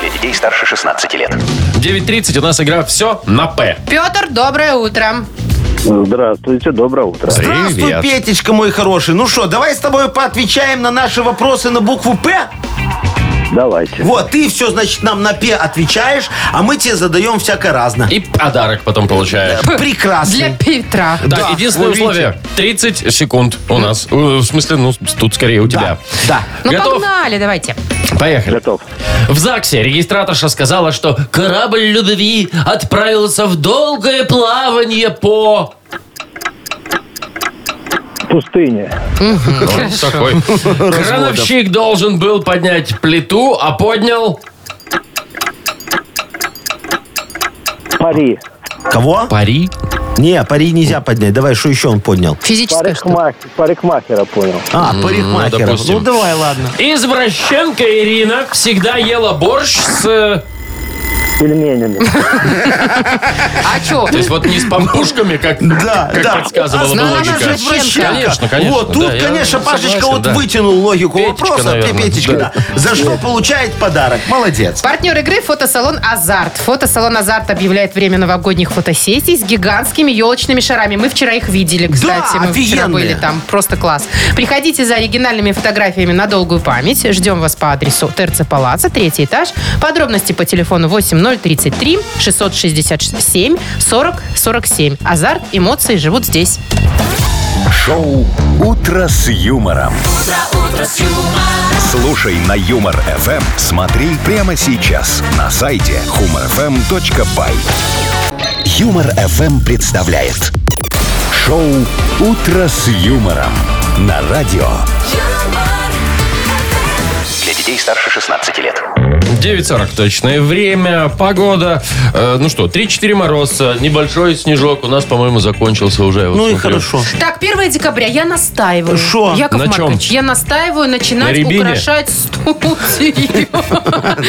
Для детей старше 16 лет.
9.30 у нас игра «Все на П».
Петр, доброе утро.
Здравствуйте, доброе утро.
Здравствуй, Петечка, мой хороший. Ну что, давай с тобой поотвечаем на наши вопросы на букву «П».
Давайте.
Вот, ты все, значит, нам на «П» отвечаешь, а мы тебе задаем всякое разное.
И подарок потом получаешь. А
Прекрасно.
Для Петра.
Да,
Да,
единственное
вот
условие. 30 секунд у нас. Э, В смысле, ну, тут скорее у тебя.
Да.
Ну,
Готов?
погнали, давайте.
Поехали.
Готов.
В ЗАГСе регистраторша сказала, что корабль любви отправился в долгое плавание по...
Пустыня.
Вот такой. Крановщик должен был поднять плиту, а поднял...
Пари.
Кого?
Пари.
Не, пари нельзя поднять. Давай, что еще он поднял?
Физическое что?
Парикмахера понял.
А, парикмахера.
допустим.
ну давай, ладно.
Извращенка Ирина всегда ела борщ с... э,
Пельменями.
А что?
То есть вот не с пампушками, как,
[laughs] Да,
как
да.
подсказывала бы
Она
логика.
же извращенка.
Конечно, конечно.
Вот тут,
да, я
конечно, Пашечка
согласен,
вот
да.
вытянул логику
Петечка,
вопроса. Ты,
наверное,
Петечка,
да.
да. За что получает подарок. Молодец.
Партнер игры фотосалон «Азарт». Фотосалон «Азарт» объявляет время новогодних фотосессий с гигантскими елочными шарами. Мы вчера их видели, кстати. Мы вчера
офигенные.
были там. Просто класс. Приходите за оригинальными фотографиями на долгую память. Ждем вас по адресу ТРЦ Палаца, третий этаж. Подробности по телефону 8033 667 40 47. «Азарт» эмоции живут здесь.
Шоу «Утро с юмором». Слушай на Юмор ФМ. Смотри прямо сейчас на сайте humorfm.by. Юмор ФМ представляет шоу «Утро с юмором» на радио.
Для детей старше 16 лет.
9.40 точное время, погода. Э, ну что, 3-4 мороза, небольшой снежок. У нас, по-моему, закончился уже. я вот
Ну и
смотрю.
хорошо.
Так, 1 декабря я настаиваю.
Шо?
Яков
На чем?
Маркович, я настаиваю
На
начинать
рябине?
украшать студию.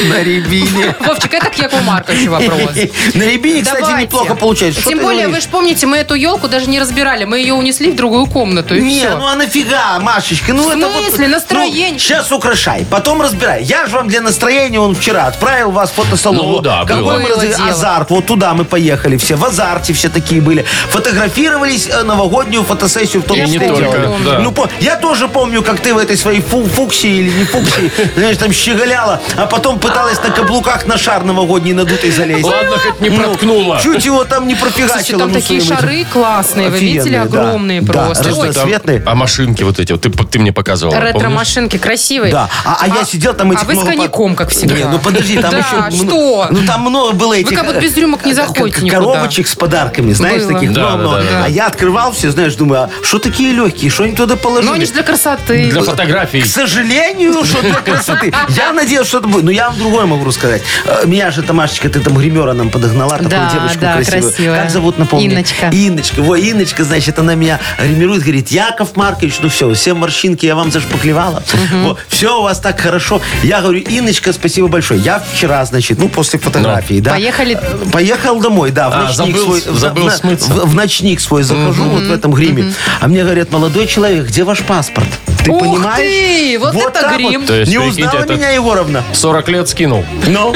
На рябине.
Вовчик, это к Якову Марковичу вопрос.
[laughs] На рябине, кстати,
Давайте.
неплохо получается. Что
Тем
ты
более, вы
говоришь?
же помните, мы эту елку даже не разбирали. Мы ее унесли в другую комнату, и
Не,
все.
ну а нафига, Машечка? Ну
В
это вот-
смысле? Настроение.
Ну, сейчас украшай, потом разбирай. Я же вам для настроения он вчера отправил вас в фотосалон.
Ну
Вот
да,
какой
было.
мы
Было
разы-
дело.
азарт. Вот туда мы поехали все. В азарте все такие были. Фотографировались э, новогоднюю фотосессию в том
И не
числе
только,
делали.
да.
Ну, по- я тоже помню, как ты в этой своей фу- фуксии или не фуксии, [laughs] знаешь, там щеголяла, а потом пыталась на каблуках на шар новогодний надутый залезть.
Ладно, хоть не
Ну,
проткнула.
Чуть его там не
Слушайте,
профигачила.
там
ну,
такие
своим этим.
шары классные, вы видели?
Офигенные, да.
Огромные
Да,
просто.
раз-
Ой,
Там-
Светлые?
А машинки вот эти, вот ты, ты мне показывала. помнишь?
Ретро-машинки красивые.
Да. А, а я сидел там
а
этих
вы с
много пар-
коньяком, как всегда.
Не, ну подожди, там
Да,
еще... мно-
что?
Ну там много было этих...
как будто без рюмок не
э,
заходите
к-
никуда.
Коробочек с подарками, знаешь,
Было.
таких
Да, да,
много-много.
да, да, да.
А я открывал все, знаешь, думаю, а что такие легкие, что они туда положили?
Но они же для красоты.
Для фотографий.
К сожалению, что для красоты. Я надеялся, что это будет. Но я вам другое могу рассказать. Э, Меня же, Тамашечка, ты там гримера нам подогнала, такую
Да,
девочку
да,
красивую.
красивая.
Как зовут, напомни?
Инночка.
Инночка. Во, Инночка, значит, она меня гримирует, говорит, Яков Маркович, ну все, все морщинки я вам зашпаклевала. Во, все у вас так хорошо. Я говорю, Инночка, спасибо большое. Я вчера, значит, ну, после фотографии, да.
Поехали.
э, Поехал домой, да, в
А,
ночник
забыл-
свой.
забыл
в- на-
смыться.
В в ночник свой захожу, вот в этом гриме. А мне говорят, молодой человек, где ваш паспорт? Ты
Ух
понимаешь?
ты, вот это
так
грим.
вот.
То есть,
Не
прикиньте,
узнала
это-
меня Егоровна.
40 лет скинул.
Ну.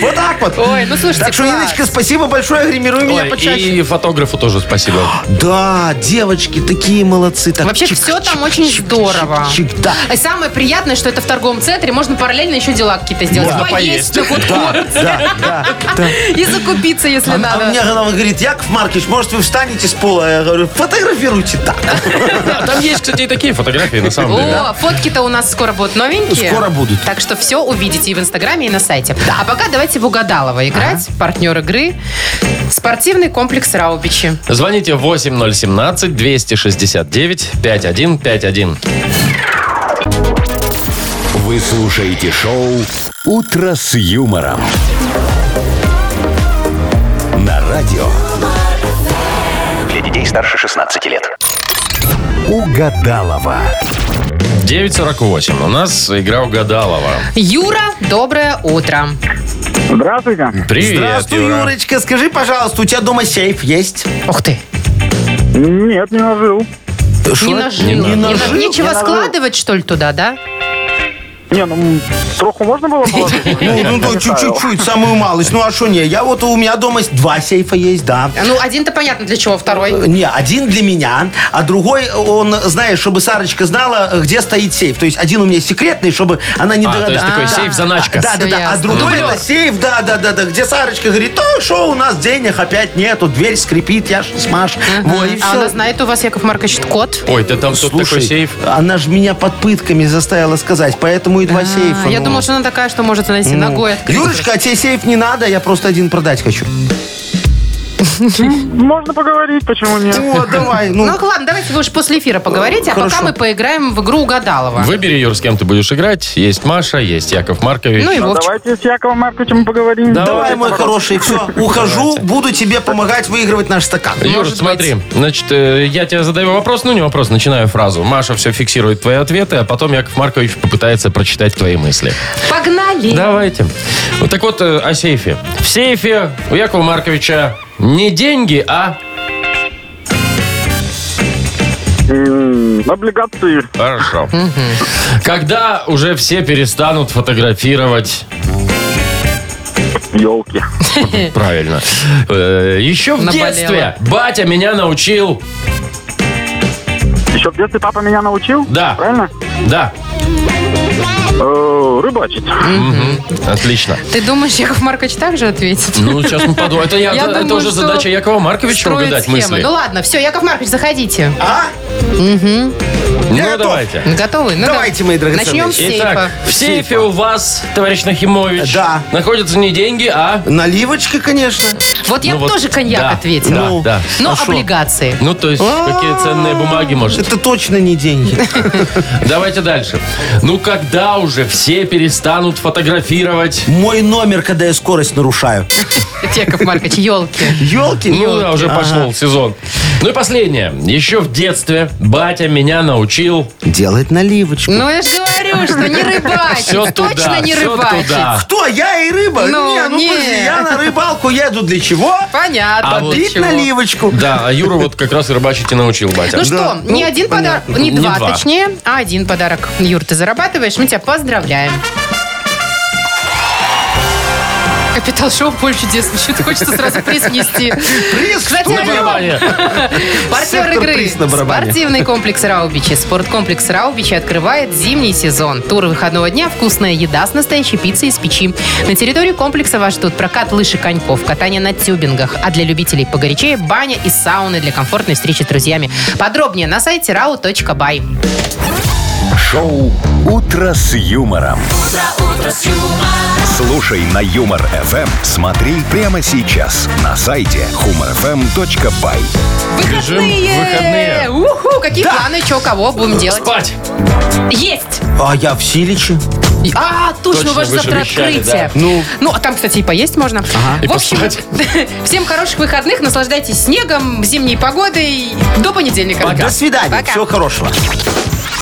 Вот так вот.
Ой, ну слушайте,
Так что,
класс.
Иночка, спасибо большое, гримируй меня
Ой,
почаще.
и фотографу тоже спасибо.
Да, девочки, такие молодцы. Так,
Вообще
чик,
все там
чик,
очень
чик,
здорово.
чик, чик, да.
А самое приятное, что это в торговом центре, можно параллельно еще дела какие-то сделать.
Можно
Поесть на
Да,
худкор
да, да, да.
и закупиться, если
А мне
надо.
голова говорит, Яков Маркич, может, вы встанете с пола? Я говорю, фотографируйте так.
Да, Там есть, кстати, и такие фотографии, на самом деле.
О, фотки-то у нас скоро будут новенькие.
Скоро будут.
Так что все увидите и в Инстаграме, и на сайте. А пока давайте в Угадалово играть. Партнер игры. Спортивный комплекс Раубичи.
Звоните 8017-269-5151.
Вы слушаете шоу «Утро с юмором». На радио
Для детей старше 16 лет.
«Угадалова».
9.48. У нас игра угадалова.
Юра, доброе утро.
Здравствуйте.
Привет,
Здравствуй,
Юра.
Юрочка. Скажи, пожалуйста, у тебя дома сейф есть?
Ух ты.
Нет, не нажил.
Не
Шо?
нажил.
Не
Не
нажил.
на- Нечего
Не нажил.
складывать, что ли, туда, да?
Не, ну, м, троху можно было положить?
Ну, [laughs] ну, да, чуть-чуть, самую малость. Ну, а что не? Я вот у меня дома с- два сейфа есть, да.
А, Ну, один-то понятно, для чего второй.
Не, один для меня, а другой, он, знаешь, чтобы Сарочка знала, где стоит сейф. То есть один у меня секретный, чтобы она не
А, то
догадалась.
есть такой
А,
сейф-заначка.
Да, да,
Всё
да. А
ясно.
Ну,
другой
Дублёр.
это сейф, да, да, да, да, где Сарочка говорит, то что у нас денег опять нету, дверь скрипит, я ж не смаж. Во, и
А
всё.
она знает, у вас, Яков Маркович, код.
Ой, ты там тут такой сейф.
она же меня под пытками заставила сказать, поэтому и два сейфа.
А, Я
ну.
думала, что она такая, что может, знаете, ногой открыть.
Юрочка, а тебе сейф не надо, я просто один
[laughs]
продать хочу.
Ну, Можно поговорить, почему нет?
О, давай,
Ну,
ну.
ладно, давайте вы уже после эфира поговорите, а пока
Хорошо.
мы поиграем в игру Угадалова.
Выбери, Юр, с кем ты будешь играть. Есть Маша, есть Яков Маркович.
Ну и Вовчик.
Давайте с Яковом Марковичем поговорим.
Давай, мой хороший, все, ухожу, буду тебе помогать выигрывать наш стакан.
Юр,
может быть.
смотри, значит, э, я тебе задаю вопрос, ну не вопрос, начинаю фразу. Маша все фиксирует твои ответы, а потом Яков Маркович попытается прочитать твои мысли.
Ну.
Погнали!
Давайте. Вот так вот э, о сейфе. В сейфе у Якова Марковича не деньги, а...
М, Облигации.
Хорошо. Когда уже все перестанут фотографировать...
Елки.
Правильно. Э, Еще в
Наболело.
детстве батя меня научил...
Еще в детстве папа меня научил?
Да.
Правильно?
Да.
Э,
э, рыбачить.
Отлично.
Ты думаешь, Яков Маркович также ответит?
Ну, сейчас мы подумаем. Это, я-
Я
это
думаю,
уже
что
задача Якова Марковича
Строит
угадать
схемы.
мысли.
Ну ладно, все, Яков Маркович, заходите.
А?
Ну,
я готов.
давайте.
Готовы? Ну,
Давайте, мои драгоценные.
Начнем с сейфа.
Итак, в сейфе у вас, товарищ Нахимович,
Да.
находятся не деньги, а...
Наливочка, конечно.
Вот я
ну
бы
вот-
тоже коньяк
да, Ну,
ответила.
Да, да.
Но
а шо?
облигации.
Ну, то есть, какие ценные бумаги, может.
Это точно не деньги.
Давайте дальше. Ну, когда уже все перестанут фотографировать?
Мой номер, когда я скорость нарушаю.
Это Яков Маркович, елки.
Елки.
Ну, да, уже пошел сезон. Ну и последнее. Еще в детстве батя меня научил.
Делает наливочку.
Ну, я же говорю,
[laughs]
что не рыбачить.
Все туда,
Точно не
всё
рыбачить.
туда.
А Кто? Я и рыба?
Ну,
не, ну
не.
подожди, я на рыбалку еду для чего?
Понятно.
А вот
для
Пить
чего.
наливочку.
Да, а Юра вот как раз и рыбачить и научил батя.
Ну что, не один подарок, не
Не
два,
два.
точнее, а один подарок. Юр, ты зарабатываешь, мы тебя поздравляем. Капитал шоу больше чудес. Что-то хочется сразу приз внести.
Приз,
Кстати,
что ли?
о нем. [laughs]
Внимание.
Партнер
Сектор
игры.
приз на барабане.
Спортивный комплекс Раубичи. Спорткомплекс Раубичи открывает зимний сезон. Тур выходного дня, вкусная еда с настоящей пиццей из печи. На территории комплекса вас ждут прокат лыжи коньков, катание на тюбингах, а для любителей погорячее баня и сауны для комфортной встречи с друзьями. Подробнее на сайте rau.by.
Шоу «Утро с юмором». Слушай на Юмор ФМ. Смотри прямо сейчас на сайте humorfm.by.
Бежим в выходные.
Уху, какие планы, что, кого будем делать?
Спать.
Есть!
А я в Силиче.
И- А, точно,
Точно,
у вас же
вы же
завтра
обещали,
открытие.
да.
Ну, а там, кстати, и поесть можно.
И
В общем,
поспать.
[laughs] всем хороших выходных, наслаждайтесь снегом, зимней погодой. До понедельника.
До свидания.
Пока.
Всего хорошего.